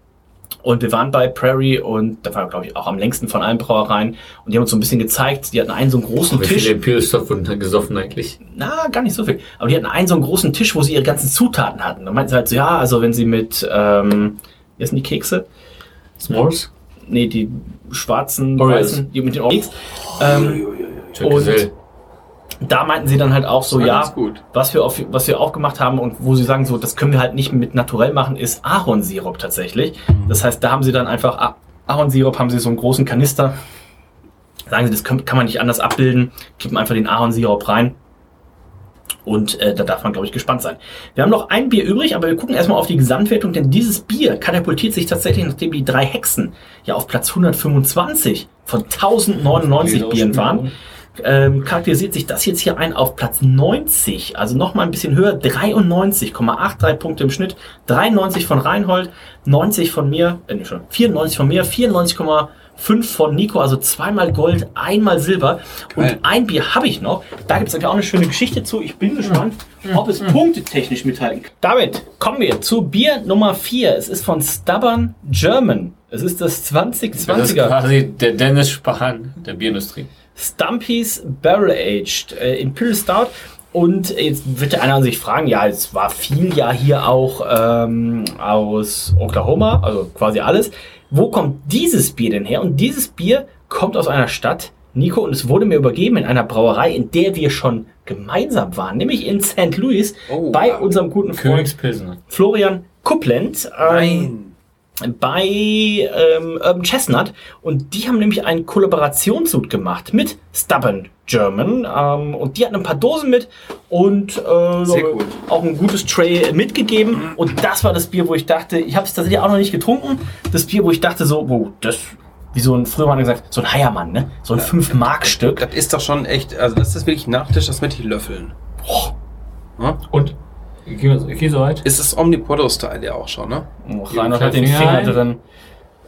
[SPEAKER 9] Und wir waren bei Prairie und da waren wir, glaube ich, auch am längsten von allen Brauereien. Und die haben uns so ein bisschen gezeigt. Die hatten einen so einen großen
[SPEAKER 10] Wie
[SPEAKER 9] Tisch.
[SPEAKER 10] viele Imperial Stuff wurden da gesoffen eigentlich?
[SPEAKER 9] Na, gar nicht so viel. Aber die hatten einen so einen großen Tisch, wo sie ihre ganzen Zutaten hatten. Da meinten sie halt so, ja, also wenn sie mit, ähm, Wie heißen die Kekse?
[SPEAKER 10] S'mores?
[SPEAKER 9] Nee, die schwarzen,
[SPEAKER 10] Oreos.
[SPEAKER 9] weißen, die mit den Oreos. Ähm, und da meinten sie dann halt auch so, ja,
[SPEAKER 10] Ganz gut.
[SPEAKER 9] was wir, auf, was wir auch gemacht haben und wo sie sagen, so, das können wir halt nicht mit naturell machen, ist Ahornsirup tatsächlich. Das heißt, da haben sie dann einfach Ah- Ahornsirup, haben sie so einen großen Kanister. Sagen sie, das kann, kann man nicht anders abbilden, kippen einfach den Ahornsirup rein. Und äh, da darf man, glaube ich, gespannt sein. Wir haben noch ein Bier übrig, aber wir gucken erstmal auf die Gesamtwertung, denn dieses Bier katapultiert sich tatsächlich, nachdem die drei Hexen ja auf Platz 125 von 1099 Bieren waren ähm, charakterisiert sich das jetzt hier ein auf Platz 90, also nochmal ein bisschen höher, 93,83 Punkte im Schnitt, 93 von Reinhold, 90 von mir, äh, nee, schon, 94 von mir, 94,5 von Nico, also zweimal Gold, einmal Silber
[SPEAKER 1] Geil.
[SPEAKER 9] und ein Bier habe ich noch. Da gibt es auch eine schöne Geschichte zu. Ich bin gespannt, ob es punktetechnisch mithalten kann. Damit kommen wir zu Bier Nummer 4. Es ist von Stubborn German. Es ist das
[SPEAKER 10] Das ist
[SPEAKER 9] 2020er.
[SPEAKER 10] quasi der Dennis Spahn der Bierindustrie.
[SPEAKER 9] Stumpy's Barrel Aged äh, Imperial Stout. Und jetzt wird der einer sich fragen, ja, es war viel ja hier auch ähm, aus Oklahoma, also quasi alles. Wo kommt dieses Bier denn her? Und dieses Bier kommt aus einer Stadt, Nico, und es wurde mir übergeben in einer Brauerei, in der wir schon gemeinsam waren, nämlich in St. Louis
[SPEAKER 1] Oh,
[SPEAKER 9] bei
[SPEAKER 1] wow.
[SPEAKER 9] unserem guten Freund
[SPEAKER 10] Königspilsner.
[SPEAKER 9] Florian Kuplent. Ähm, bei ähm, Urban Chestnut und die haben nämlich einen Kollaborationssud gemacht mit Stubborn German ähm, und die hatten ein paar Dosen mit und äh,
[SPEAKER 1] Sehr cool. Mhm.
[SPEAKER 9] auch ein gutes Tray mitgegeben und das war das Bier, wo ich dachte, ich habe es tatsächlich auch noch nicht getrunken, das Bier, wo ich dachte so, wow, das wie so ein, früher hat man gesagt, so ein Heiermann, ne? So ein 5-Mark-Stück.
[SPEAKER 1] Das ist doch schon echt, also das ist wirklich Nachtisch, das möchte ich löffeln.
[SPEAKER 10] Und? Ich gehe ich geh so weit.
[SPEAKER 1] Ist das Omnipoddo-Style ja auch schon, ne?
[SPEAKER 9] Oh,
[SPEAKER 10] Reinhard hat den Finger
[SPEAKER 9] drin.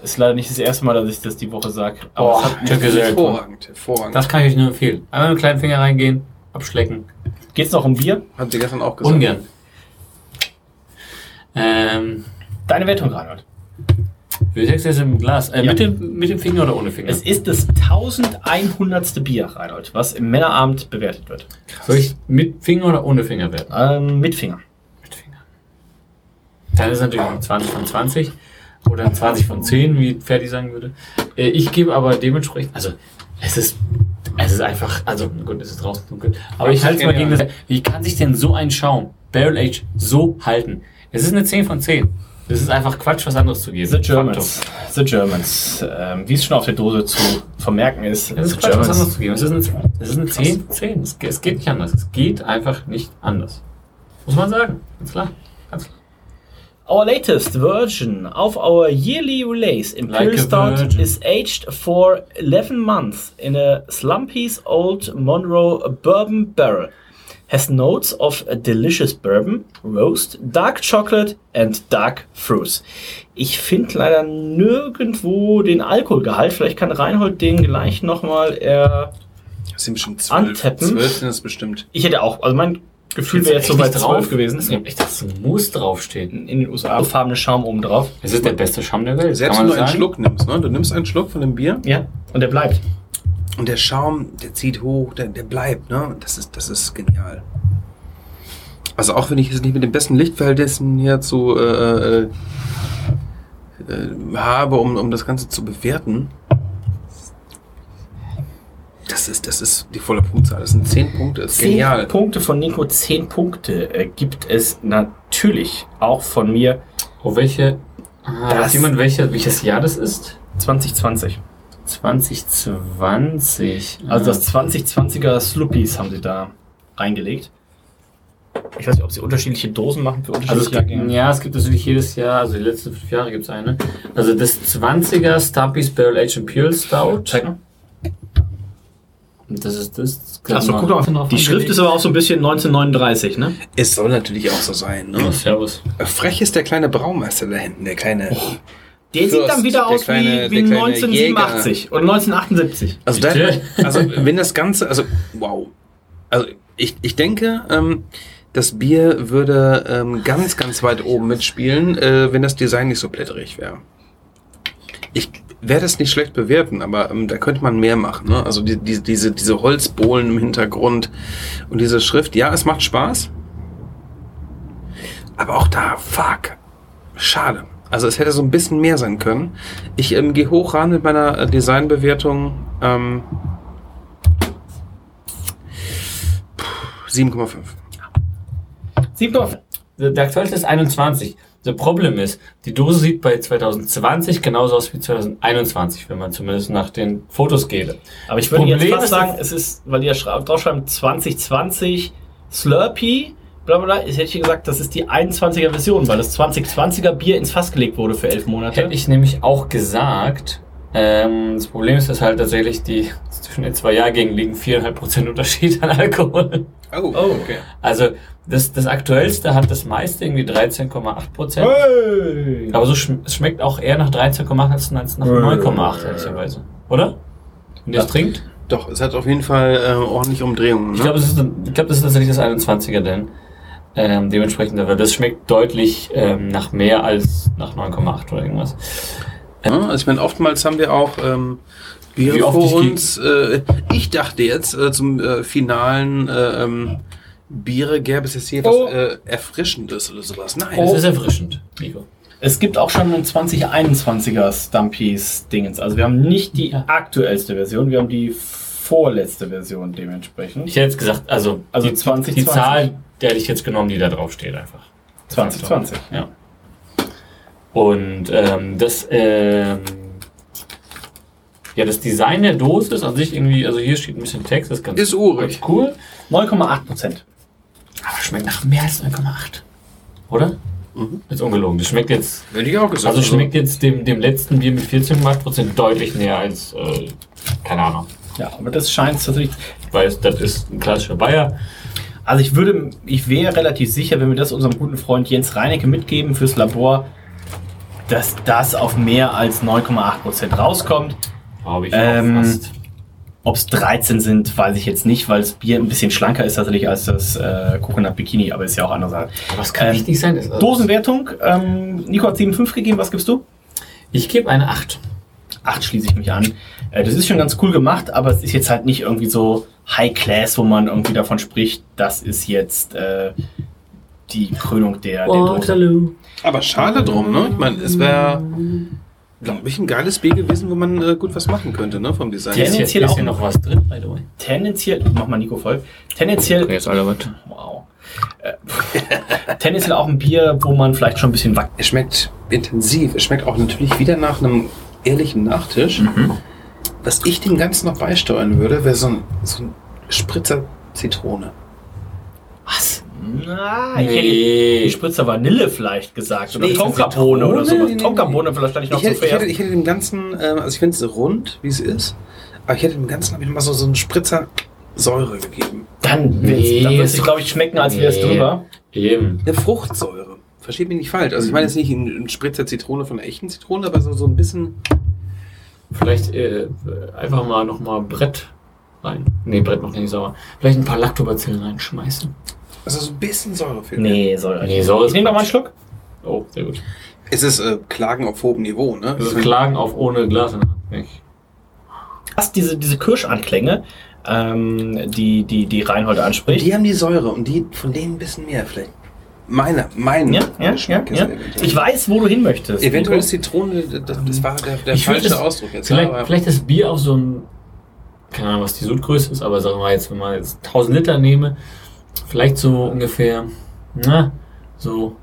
[SPEAKER 9] Ist leider nicht das erste Mal, dass ich das die Woche sage.
[SPEAKER 10] Boah, Türkisell.
[SPEAKER 1] Hervorragend, hervorragend.
[SPEAKER 10] Das kann ich euch nur empfehlen. Einmal mit dem kleinen Finger reingehen, abschlecken.
[SPEAKER 9] Geht's noch um Bier?
[SPEAKER 1] Hat sie gestern auch gesagt.
[SPEAKER 10] Ungern. Ähm,
[SPEAKER 9] Deine Wertung, Reinhard.
[SPEAKER 10] Würdex ist im Glas. Äh,
[SPEAKER 9] Ja.
[SPEAKER 10] mit, dem, mit dem Finger oder ohne Finger?
[SPEAKER 9] Es ist das 1100. Bier, Reinhold, was im Männerabend bewertet wird.
[SPEAKER 10] Soll ich mit Finger oder ohne Finger werden?
[SPEAKER 9] Ähm, mit Finger.
[SPEAKER 10] Mit Finger. Dann ist es natürlich ein 20 von 20 oder ein 20 von 10, wie Ferdi sagen würde. Äh, Ich gebe aber dementsprechend, also es ist, es ist einfach, also gut, es ist draußen dunkel. Aber ich halte es mal gegen das. Wie kann sich denn so ein Schaum, Barrel Age, so halten? Es ist eine 10 von 10. Das ist einfach Quatsch, was anderes zu geben.
[SPEAKER 9] The Germans. The Germans. Ähm, wie es schon auf der Dose zu vermerken ist,
[SPEAKER 10] Es ist
[SPEAKER 9] The
[SPEAKER 10] Quatsch, was
[SPEAKER 9] Germans.
[SPEAKER 10] anderes zu geben. Es ist eine, es ist eine 10, 10. Es ge- es geht nicht anders. Es geht einfach nicht anders. Muss man sagen. Ganz klar. Ganz klar.
[SPEAKER 9] Our latest version of our yearly release, Imperial
[SPEAKER 10] Like a
[SPEAKER 9] Stout,
[SPEAKER 10] virgin.
[SPEAKER 9] is aged for 11 months in a slumpy's old Monroe bourbon barrel. Has notes of a delicious bourbon, roast, dark chocolate and dark fruits. Ich finde leider nirgendwo den Alkoholgehalt. Vielleicht kann Reinhold den gleich nochmal. Äh,
[SPEAKER 1] Das sind bestimmt zwölf.
[SPEAKER 9] Antappen.
[SPEAKER 1] Zwölf sind es bestimmt.
[SPEAKER 9] ich hätte auch, also mein Gefühl
[SPEAKER 10] Ist
[SPEAKER 9] wäre jetzt so bei
[SPEAKER 10] echt nicht
[SPEAKER 9] 12
[SPEAKER 10] drauf?
[SPEAKER 9] gewesen.
[SPEAKER 10] Es gibt echt das Moos draufstehen.
[SPEAKER 9] In den USA farbene Schaum oben drauf.
[SPEAKER 10] Es ist der beste Schaum der Welt.
[SPEAKER 1] Selbst wenn du einen Schluck nimmst, ne? Du nimmst einen Schluck von dem Bier
[SPEAKER 9] Ja, und der bleibt.
[SPEAKER 1] und der Schaum, der zieht hoch, der, der bleibt, ne? Das ist, das ist genial. Also auch wenn ich es nicht mit den besten Lichtverhältnissen hier zu äh, äh, äh, habe, um, um das Ganze zu bewerten. Das ist, das ist die volle Punktzahl. Das sind zehn Punkte. Das ist
[SPEAKER 9] Zehn
[SPEAKER 1] genial.
[SPEAKER 9] Punkte von Nico, zehn Punkte äh, gibt es natürlich auch von mir
[SPEAKER 10] Oh, welche. Ah,
[SPEAKER 9] Das-
[SPEAKER 10] weiß jemand, welche, welches Jahr das ist?
[SPEAKER 9] 2020.
[SPEAKER 10] 2020.
[SPEAKER 9] Also
[SPEAKER 10] Ah.
[SPEAKER 9] das 2020er Sluppies haben sie da reingelegt. Ich weiß nicht, ob sie unterschiedliche Dosen machen für
[SPEAKER 10] Also es
[SPEAKER 9] unterschiedliche
[SPEAKER 10] gibt,
[SPEAKER 9] Jahrgänge.
[SPEAKER 10] ja, es gibt natürlich jedes Jahr, also die letzten fünf Jahre gibt es eine. Also das 20er Stumpy's Barrel Age Imperial Stout.
[SPEAKER 9] Zeig mal.
[SPEAKER 10] Und Das ist das.
[SPEAKER 9] Achso, guck doch mal. Die Schrift ist aber auch so ein bisschen 1939, ne?
[SPEAKER 1] Es soll natürlich auch so sein,
[SPEAKER 10] Oh,
[SPEAKER 1] ne?
[SPEAKER 10] servus.
[SPEAKER 1] Frech ist der kleine Braumeister da hinten, der kleine.
[SPEAKER 9] Der sieht
[SPEAKER 1] Fürst,
[SPEAKER 9] dann wieder
[SPEAKER 1] der
[SPEAKER 9] aus
[SPEAKER 1] kleine-
[SPEAKER 9] wie, wie
[SPEAKER 1] der kleine
[SPEAKER 9] 1987 oder 1978.
[SPEAKER 1] Also, da,
[SPEAKER 10] Bitte?
[SPEAKER 1] also wenn das Ganze, also wow. Also ich, ich denke, ähm, das Bier würde ähm, ganz, ganz weit oben mitspielen, äh, wenn das Design nicht so blätterig wäre. Ich werde es nicht schlecht bewerten, aber ähm, da könnte man mehr machen. Ne? Also die, die, diese, diese Holzbohlen im Hintergrund und diese Schrift, ja, es macht Spaß. Aber auch da, fuck. Schade. Also es hätte so ein bisschen mehr sein können. Ich ähm, gehe hoch ran mit meiner äh, Designbewertung. Ähm, puh, 7,5.
[SPEAKER 10] 7,5. Der aktuelle ist 21. The Problem ist, die Dose sieht bei 2020 genauso aus wie 2021, wenn man zumindest nach den Fotos geht.
[SPEAKER 9] Aber ich würde
[SPEAKER 10] Problem
[SPEAKER 9] jetzt fast
[SPEAKER 10] ist,
[SPEAKER 9] sagen, es ist, weil die ja schra- draufschreiben 2020 Slurpee, bla bla bla, ich hätte gesagt, das ist die 21er Version, weil das 2020er Bier ins Fass gelegt wurde für elf Monate.
[SPEAKER 10] Hätte ich nämlich auch gesagt, ähm, das Problem ist, dass halt tatsächlich die zwischen den zwei Jahrgängen liegen 4,5% Unterschied an Alkohol.
[SPEAKER 1] Oh.
[SPEAKER 9] Oh, okay.
[SPEAKER 10] Also das, das aktuellste hat das meiste irgendwie 13,8%.
[SPEAKER 9] Hey.
[SPEAKER 10] Aber so schm es schmeckt auch eher nach 13,8 als als nach 9,8, ehrlicherweise. Oder? Wenn ihr es trinkt?
[SPEAKER 1] Doch, es hat auf jeden Fall äh, ordentlich Umdrehungen. Ne?
[SPEAKER 10] Ich glaube, das, ist- ich glaub, das ist tatsächlich das 21er, denn ähm, dementsprechend, aber das schmeckt deutlich ähm, nach mehr als nach 9,8 oder irgendwas.
[SPEAKER 1] Ja, also ich meine, oftmals haben wir auch ähm, Biere
[SPEAKER 10] Wie oft
[SPEAKER 1] vor
[SPEAKER 10] ich
[SPEAKER 1] uns. Äh, ich dachte jetzt äh, zum äh, finalen äh, ähm, Biere gäbe es jetzt hier
[SPEAKER 9] Oh.
[SPEAKER 1] was äh, Erfrischendes oder sowas. Nein.
[SPEAKER 10] Es
[SPEAKER 1] es
[SPEAKER 10] ist erfrischend, Nico.
[SPEAKER 9] Es gibt auch schon einen 2021er Stumpies Dingens. Also wir haben nicht die aktuellste Version, wir haben die vorletzte Version
[SPEAKER 10] Ich
[SPEAKER 9] dementsprechend.
[SPEAKER 10] hätte jetzt gesagt, also,
[SPEAKER 9] Also
[SPEAKER 10] die,
[SPEAKER 9] 20,
[SPEAKER 10] die Zahl, der hätte ich jetzt genommen, die da drauf steht einfach.
[SPEAKER 9] 2020.
[SPEAKER 10] Ja. Und ähm, das, ähm, ja, das Design der Dose ist an sich irgendwie, also hier steht ein bisschen Text, das ist ganz
[SPEAKER 1] Ist urig.
[SPEAKER 10] ganz cool.
[SPEAKER 9] 9,8 Prozent.
[SPEAKER 10] Aber schmeckt nach mehr als 9,8. Oder?
[SPEAKER 1] Mhm.
[SPEAKER 10] Ist ungelogen. Das schmeckt jetzt
[SPEAKER 1] Hätte ich auch gesagt.
[SPEAKER 10] Also schmeckt jetzt dem, dem letzten Bier mit 14,8% deutlich näher als, äh, keine Ahnung,
[SPEAKER 9] Ja, aber das scheint tatsächlich.
[SPEAKER 10] weil es- das ist ein klassischer Bayer.
[SPEAKER 9] Also ich würde, ich wäre relativ sicher, wenn wir das unserem guten Freund Jens Reinecke mitgeben fürs Labor, dass das auf mehr als 9,8 Prozent rauskommt.
[SPEAKER 10] Glaube ich
[SPEAKER 9] Ähm,
[SPEAKER 10] auch fast.
[SPEAKER 9] Ob es 13 sind, weiß ich jetzt nicht, weil das Bier ein bisschen schlanker ist tatsächlich als das äh, Coconut Bikini, aber ist ja auch andere Sache.
[SPEAKER 10] Aber es kann
[SPEAKER 9] ähm,
[SPEAKER 10] richtig sein. Das,
[SPEAKER 9] Dosenwertung, ähm, Nico hat 7,5 gegeben, was gibst du?
[SPEAKER 10] ich gebe eine 8.
[SPEAKER 9] 8 schließe ich mich an. Äh, das ist schon ganz cool gemacht, aber es ist jetzt halt nicht irgendwie so High Class, wo man irgendwie davon spricht, das ist jetzt äh, die Krönung der, der Dose.
[SPEAKER 1] Aber schade drum, ne? Ich meine, es wäre, glaube ich, ein geiles Bier gewesen, wo man äh, gut was machen könnte, ne? Vom Design.
[SPEAKER 9] Ja.
[SPEAKER 10] Ist hier,
[SPEAKER 9] Tendenziell
[SPEAKER 10] ist
[SPEAKER 9] auch-
[SPEAKER 10] hier noch was drin, by the way?
[SPEAKER 9] Tendenziell, mach mal Nico voll, tendenziell
[SPEAKER 10] Jetzt alle was.
[SPEAKER 9] Wow. Äh, Tennis ist auch ein Bier, wo man vielleicht schon ein bisschen wackelt.
[SPEAKER 1] Es schmeckt intensiv. Es schmeckt auch natürlich wieder nach einem ehrlichen Nachtisch.
[SPEAKER 9] Mhm.
[SPEAKER 1] Was ich dem Ganzen noch beisteuern würde, wäre so ein, so ein Spritzer Zitrone.
[SPEAKER 9] Was? Na, ich hätte die
[SPEAKER 10] Nee.
[SPEAKER 9] Spritzer Vanille vielleicht gesagt. Oder
[SPEAKER 1] Nee,
[SPEAKER 9] Tonkabohne oder
[SPEAKER 1] Zitrone?
[SPEAKER 9] sowas.
[SPEAKER 1] Nee, nee,
[SPEAKER 9] Tonkabohne vielleicht stand ich noch
[SPEAKER 1] Ich
[SPEAKER 9] zu
[SPEAKER 1] hätte, ich, hätte,
[SPEAKER 9] fair.
[SPEAKER 1] ich hätte dem Ganzen, ähm, also ich finde es rund, wie es ist, aber ich hätte dem Ganzen habe ich nochmal so, so einen Spritzer Säure gegeben.
[SPEAKER 9] Dann würde
[SPEAKER 10] Nee,
[SPEAKER 9] es, glaube ich, schmecken, als wäre es
[SPEAKER 10] nee.
[SPEAKER 9] drüber.
[SPEAKER 10] Eben.
[SPEAKER 1] Eine Fruchtsäure. Versteht mich nicht falsch. Also ich meine jetzt nicht ein, ein Spritzer Zitrone von einer echten Zitrone, aber so, so ein bisschen.
[SPEAKER 10] Vielleicht äh, einfach mal nochmal Brett rein. Nee, Brett macht nicht sauer. Vielleicht ein paar Lactobacillen reinschmeißen.
[SPEAKER 1] Also so ein bisschen Säure fehlt. mir.
[SPEAKER 9] Nee, soll
[SPEAKER 10] Nee, soll es
[SPEAKER 9] Ich nehme noch mal einen
[SPEAKER 10] nicht.
[SPEAKER 9] Schluck.
[SPEAKER 10] Oh, sehr gut.
[SPEAKER 1] Es ist äh, Klagen auf hohem Niveau, ne?
[SPEAKER 10] Das ist Klagen auf ohne Glas. in der Hand. Nicht.
[SPEAKER 9] Hast diese, diese Kirschanklänge, ähm, die, die, die Reinhold anspricht.
[SPEAKER 1] Die haben die Säure und die von denen ein bisschen mehr vielleicht. Meiner, mein
[SPEAKER 9] Ja, ja, ja,
[SPEAKER 1] Geschmack ist
[SPEAKER 9] ja.
[SPEAKER 1] eventuell.
[SPEAKER 9] Ich weiß, wo du hin möchtest.
[SPEAKER 1] Eventuell
[SPEAKER 9] Nico.
[SPEAKER 1] ist Zitrone, das, das war der, der
[SPEAKER 10] Ich würd
[SPEAKER 1] falsche
[SPEAKER 10] das-
[SPEAKER 1] Ausdruck jetzt.
[SPEAKER 10] Vielleicht,
[SPEAKER 1] aber-
[SPEAKER 10] vielleicht das Bier auf so ein, keine Ahnung, was die Sudgröße ist, aber sagen wir jetzt, wenn man jetzt 1000 Liter nehme, vielleicht so ungefähr, na, so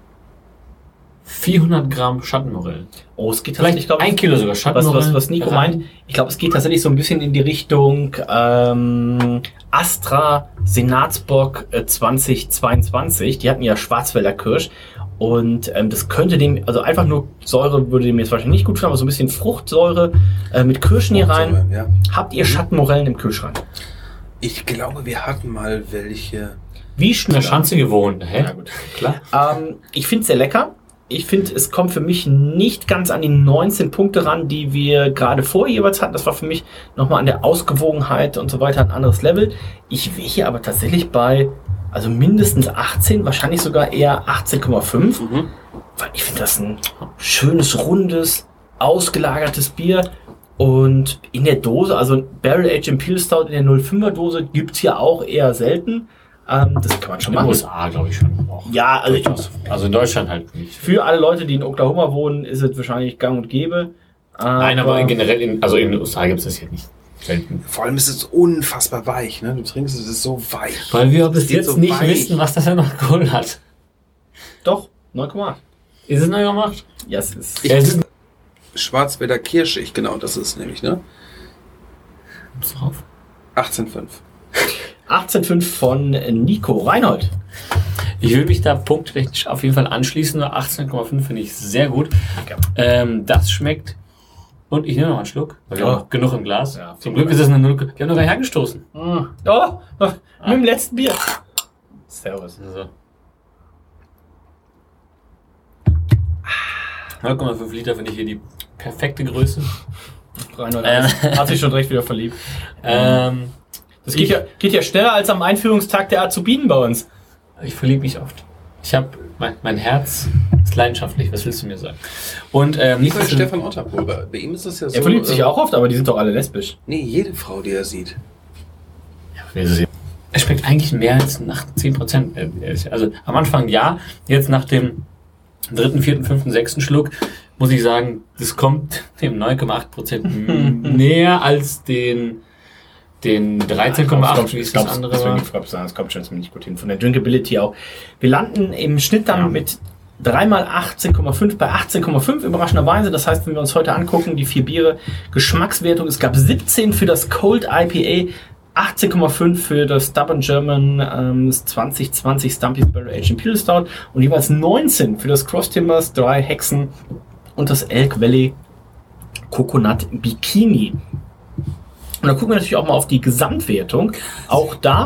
[SPEAKER 10] 400 Gramm Schattenmorell.
[SPEAKER 9] Oh, es geht
[SPEAKER 10] Vielleicht
[SPEAKER 9] tatsächlich, glaub ich,
[SPEAKER 10] ein Kilo sogar
[SPEAKER 9] Was,
[SPEAKER 10] Schattenmorell. Also
[SPEAKER 9] was, was Nico meint, ich glaube, es geht tatsächlich so ein bisschen in die Richtung ähm, Astra Senatsbock äh, 2022. Die hatten ja Schwarzwälder Kirsch. Und ähm, das könnte dem, also einfach nur Säure würde dem jetzt wahrscheinlich nicht gut tun, aber so ein bisschen Fruchtsäure äh, mit Kirschen hier rein.
[SPEAKER 1] Ja.
[SPEAKER 9] Habt ihr Schattenmorellen im Kühlschrank?
[SPEAKER 1] Ich glaube, wir hatten mal welche.
[SPEAKER 9] Wie
[SPEAKER 10] In der
[SPEAKER 9] schnell?
[SPEAKER 10] Schanze gewohnt, hä? Ja, gut. Klar.
[SPEAKER 9] Ähm, ich finde es sehr lecker. Ich finde, es kommt für mich nicht ganz an die 19 Punkte ran, die wir gerade vorher jeweils hatten. Das war für mich nochmal an der Ausgewogenheit und so weiter ein anderes Level. Ich wäre hier aber tatsächlich bei, also mindestens 18, wahrscheinlich sogar eher 18,5. Weil ich finde das ein schönes, rundes, ausgelagertes Bier. Und in der Dose, also ein Barrel Aged Imperial Stout in der 05er Dose gibt's hier auch eher selten. Ähm, das kann man schon
[SPEAKER 10] In den
[SPEAKER 9] machen.
[SPEAKER 10] USA, glaube ich schon. Auch.
[SPEAKER 9] Ja, also ich,
[SPEAKER 10] Durchaus. Also in Deutschland halt nicht.
[SPEAKER 9] für alle Leute, die in Oklahoma wohnen, ist es wahrscheinlich gang und gäbe. Ah,
[SPEAKER 10] Nein, aber in generell, in, also in den USA gibt es das hier nicht. Selten.
[SPEAKER 1] Vor allem ist es unfassbar weich, ne? Du trinkst es, es ist so weich.
[SPEAKER 10] Weil wir bis
[SPEAKER 1] geht
[SPEAKER 10] jetzt
[SPEAKER 1] so
[SPEAKER 10] nicht
[SPEAKER 1] weich.
[SPEAKER 10] wissen, was das für noch Alkohol hat.
[SPEAKER 9] Doch, 9,8.
[SPEAKER 10] Ist es neu gemacht?
[SPEAKER 9] Ja, es ist.
[SPEAKER 10] Ja, es ist
[SPEAKER 1] Schwarzwälder Kirschig, genau, das ist es nämlich, ne?
[SPEAKER 10] drauf.
[SPEAKER 1] 18,5.
[SPEAKER 9] 18,5 von Nico Reinhold.
[SPEAKER 10] Ich will mich da punkttechnisch auf jeden Fall anschließen. 18,5 finde ich sehr gut. Ähm, das schmeckt. Und ich nehme noch einen Schluck. Weil wir
[SPEAKER 9] Ja.
[SPEAKER 10] haben noch genug im Glas.
[SPEAKER 9] Ja,
[SPEAKER 10] Zum Glück ist es eine Null. Wir haben noch gar nicht angestoßen.
[SPEAKER 9] Oh, mit dem letzten Bier. Servus.
[SPEAKER 10] So. 0,5 Liter finde ich hier die perfekte Größe.
[SPEAKER 9] Reinhold
[SPEAKER 10] Ähm.
[SPEAKER 9] hat sich schon direkt wieder verliebt.
[SPEAKER 10] Ähm,
[SPEAKER 9] Das geht
[SPEAKER 10] Ich-
[SPEAKER 9] ja, geht ja schneller als am Einführungstag der Azubinen bei uns.
[SPEAKER 10] ich verliebe mich oft. Ich habe mein, mein Herz ist leidenschaftlich. Was willst du mir sagen? Und ähm,
[SPEAKER 1] Wie bei
[SPEAKER 10] nichtsdestot-
[SPEAKER 1] Stefan Otterpohl, bei bei ihm ist das ja so.
[SPEAKER 9] Er verliebt sich
[SPEAKER 1] äh,
[SPEAKER 9] auch oft, aber die sind doch alle lesbisch.
[SPEAKER 1] Nee, jede Frau, die er sieht.
[SPEAKER 10] Es schmeckt eigentlich mehr als nach 10 Prozent. Also am Anfang ja, jetzt nach dem dritten, vierten, fünften, sechsten Schluck muss ich sagen, das kommt dem 9,8 Prozent näher als den, den 13,8, wie es das andere war.
[SPEAKER 9] das kommt schon ziemlich gut hin. Von der Drinkability auch. Wir landen im Schnitt dann mit 3 mal 18,5 bei 18,5 überraschenderweise. Das heißt, wenn wir uns heute angucken, die vier Biere, Geschmackswertung, es gab 17 für das Cold IPA, 18,5 für das Stubborn German ähm, 2020 Stumpy's Barrel Aged Imperial Stout und jeweils 19 für das Cross Timbers, drei Hexen und das Elk Valley Coconut Bikini. Und dann gucken wir natürlich auch mal auf die Gesamtwertung. Auch da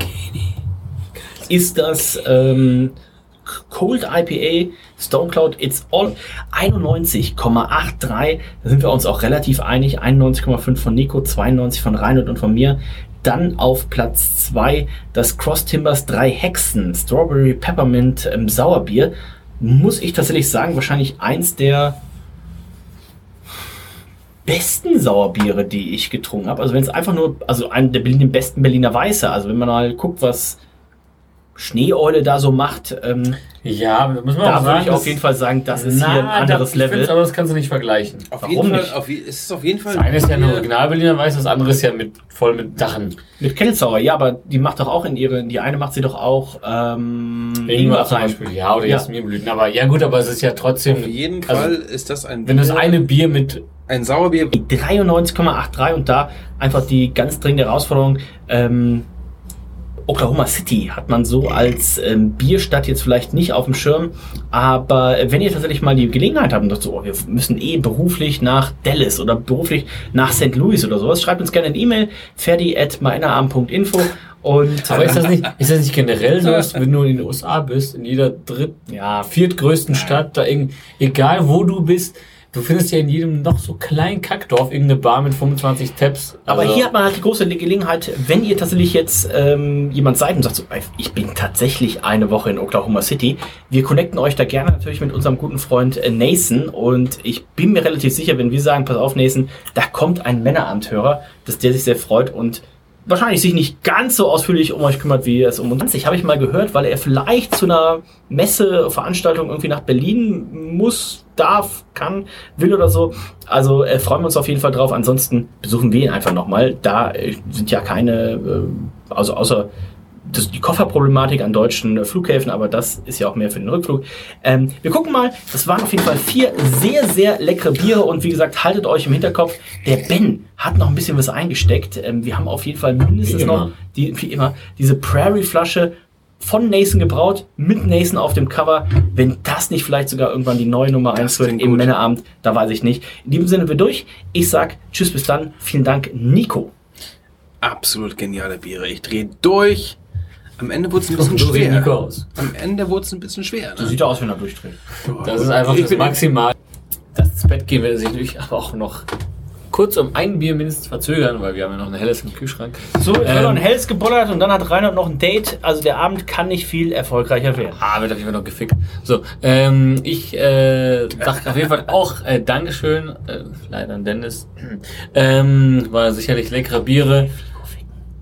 [SPEAKER 9] ist das ähm, Cold IPA Stone Cloud It's All 91,83. Da sind wir uns auch relativ einig. 91,5 von Nico, 92 von Reinhold und von mir. Dann auf Platz 2 das Cross Timbers 3 Hexen Strawberry Peppermint ähm, Sauerbier. Muss ich tatsächlich sagen, wahrscheinlich eins der besten Sauerbiere, die ich getrunken habe. Also wenn es einfach nur, also einen der Berlin, den besten Berliner Weiße. Also wenn man mal guckt, was Schneeeule da so macht, ähm,
[SPEAKER 10] Ja, muss man auch
[SPEAKER 9] da
[SPEAKER 10] sagen.
[SPEAKER 9] würde ich auf
[SPEAKER 10] das-
[SPEAKER 9] jeden Fall sagen, das ist
[SPEAKER 10] Na,
[SPEAKER 9] hier ein anderes
[SPEAKER 10] da, ich find's
[SPEAKER 9] Level.
[SPEAKER 10] Aber das kannst du nicht vergleichen.
[SPEAKER 1] Auf
[SPEAKER 9] Warum
[SPEAKER 1] jeden Fall,
[SPEAKER 9] nicht?
[SPEAKER 1] Auf, je- es ist auf jeden Fall.
[SPEAKER 10] Das eine ist ja ein
[SPEAKER 1] Bier-
[SPEAKER 10] Original Berliner Weiß, das andere ist ja mit, voll mit Dachen.
[SPEAKER 9] Mit Kennelsauer, ja, aber die macht doch auch in ihre, die eine macht sie doch auch ähm,
[SPEAKER 10] Ingwer zum
[SPEAKER 9] rein.
[SPEAKER 10] Beispiel, ja, oder
[SPEAKER 9] Ja.
[SPEAKER 10] Jasminblüten. Aber ja gut, aber es ist ja
[SPEAKER 1] Auf
[SPEAKER 10] trotzdem,
[SPEAKER 1] jeden
[SPEAKER 10] Also,
[SPEAKER 1] Fall ist das ein
[SPEAKER 10] wenn das
[SPEAKER 1] Bier-
[SPEAKER 10] eine Bier mit
[SPEAKER 1] ein Sauerbier.
[SPEAKER 9] 93,83 und da einfach die ganz dringende Herausforderung. Ähm, Oklahoma City hat man so als ähm, Bierstadt jetzt vielleicht nicht auf dem Schirm, aber wenn ihr tatsächlich mal die Gelegenheit habt und sagt so, oh, wir müssen eh beruflich nach Dallas oder beruflich nach St. Louis oder sowas, schreibt uns gerne eine E-Mail, ferdi at meinerarm.info und
[SPEAKER 10] Aber ist das
[SPEAKER 9] äh,
[SPEAKER 10] nicht, ist das nicht generell so, dass wenn du in den USA bist, in jeder dritt,
[SPEAKER 9] ähm, ja,
[SPEAKER 10] viertgrößten Stadt, da irgend, egal wo du bist, du findest ja in jedem noch so kleinen Kackdorf irgendeine Bar mit 25 Tabs.
[SPEAKER 9] Aber
[SPEAKER 10] Also,
[SPEAKER 9] hier hat man halt die große Gelegenheit, wenn ihr tatsächlich jetzt ähm, jemand seid und sagt, so, ich bin tatsächlich eine Woche in Oklahoma City, wir connecten euch da gerne natürlich mit unserem guten Freund äh, Nathan und ich bin mir relativ sicher, wenn wir sagen, pass auf Nathan, da kommt ein Männeramthörer, dass der sich sehr freut und wahrscheinlich sich nicht ganz so ausführlich um euch kümmert, wie er es um uns. Ich habe ich mal gehört, weil er vielleicht zu einer Messe, Veranstaltung irgendwie nach Berlin muss, darf, kann, will oder so. Also äh, freuen wir uns auf jeden Fall drauf. Ansonsten besuchen wir ihn einfach nochmal. Da äh, sind ja keine, äh, also außer das, die Kofferproblematik an deutschen äh, Flughäfen, aber das ist ja auch mehr für den Rückflug. Ähm, wir gucken mal, das waren auf jeden Fall vier sehr, sehr leckere Biere und wie gesagt, haltet euch im Hinterkopf, der Ben hat noch ein bisschen was eingesteckt. Ähm, wir haben auf jeden Fall mindestens
[SPEAKER 10] Wie immer.
[SPEAKER 9] noch, die, wie immer, diese Prairie-Flasche von Nathan gebraut, mit Nathan auf dem Cover. Wenn das nicht vielleicht sogar irgendwann die neue Nummer 1 wird
[SPEAKER 1] klingt
[SPEAKER 9] im
[SPEAKER 1] gut.
[SPEAKER 9] Männerabend, da weiß ich nicht. In diesem Sinne sind wir durch. Ich sag Tschüss, bis dann. Vielen Dank, Nico.
[SPEAKER 1] Absolut geniale Biere. Ich drehe durch. Am Ende wurde es ein bisschen
[SPEAKER 10] so sieht Nico
[SPEAKER 1] schwer.
[SPEAKER 10] aus.
[SPEAKER 1] Am Ende wurde es ein bisschen schwer. Ne?
[SPEAKER 9] sieht er aus, wenn er durchdreht.
[SPEAKER 10] Das ist einfach
[SPEAKER 1] Ich
[SPEAKER 10] das
[SPEAKER 1] bin-
[SPEAKER 10] Maximal. Das ins Bett gehen will sich durch, aber auch noch kurz um ein Bier mindestens verzögern, weil wir haben ja noch ein helles im Kühlschrank.
[SPEAKER 9] So, jetzt
[SPEAKER 10] Ähm.
[SPEAKER 9] hat er ein Hells gebollert und dann hat Reinhard noch ein Date. Also der Abend kann nicht viel erfolgreicher werden.
[SPEAKER 10] Ah, wird auf jeden Fall noch gefickt. So, ähm, ich äh, sag auf jeden Fall auch äh, Dankeschön, äh, leider an Dennis. Ähm, war sicherlich leckere Biere.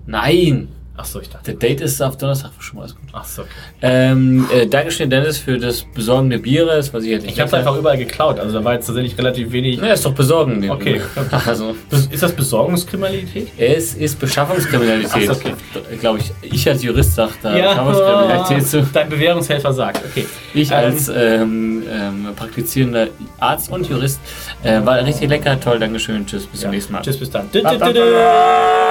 [SPEAKER 10] Nein,
[SPEAKER 9] Achso, ich dachte.
[SPEAKER 10] Der Date ist auf Donnerstag schon mal alles gut.
[SPEAKER 9] Achso, okay.
[SPEAKER 10] Ähm, äh, Dankeschön, Dennis, für das Besorgen der Biere. Das weiß ich jetzt nicht.
[SPEAKER 9] Ich hab's einfach überall geklaut, also da war jetzt tatsächlich relativ wenig.
[SPEAKER 10] Na, ist doch Besorgen. die
[SPEAKER 9] Okay.
[SPEAKER 10] Biere. Also,
[SPEAKER 9] Das- Ist das Besorgungskriminalität?
[SPEAKER 10] es ist Beschaffungskriminalität.
[SPEAKER 9] Ach so, okay.
[SPEAKER 10] Glaube ich, ich als Jurist sage da Beschaffungskriminalität zu.
[SPEAKER 9] Dein Bewährungshelfer sagt, okay.
[SPEAKER 10] Ich
[SPEAKER 9] Ähm,
[SPEAKER 10] als ähm, ähm, praktizierender Arzt und Jurist äh, war richtig lecker. Toll, Dankeschön. Tschüss, bis zum nächsten Mal.
[SPEAKER 9] Tschüss, bis dann.
[SPEAKER 10] Ba, ba, ba.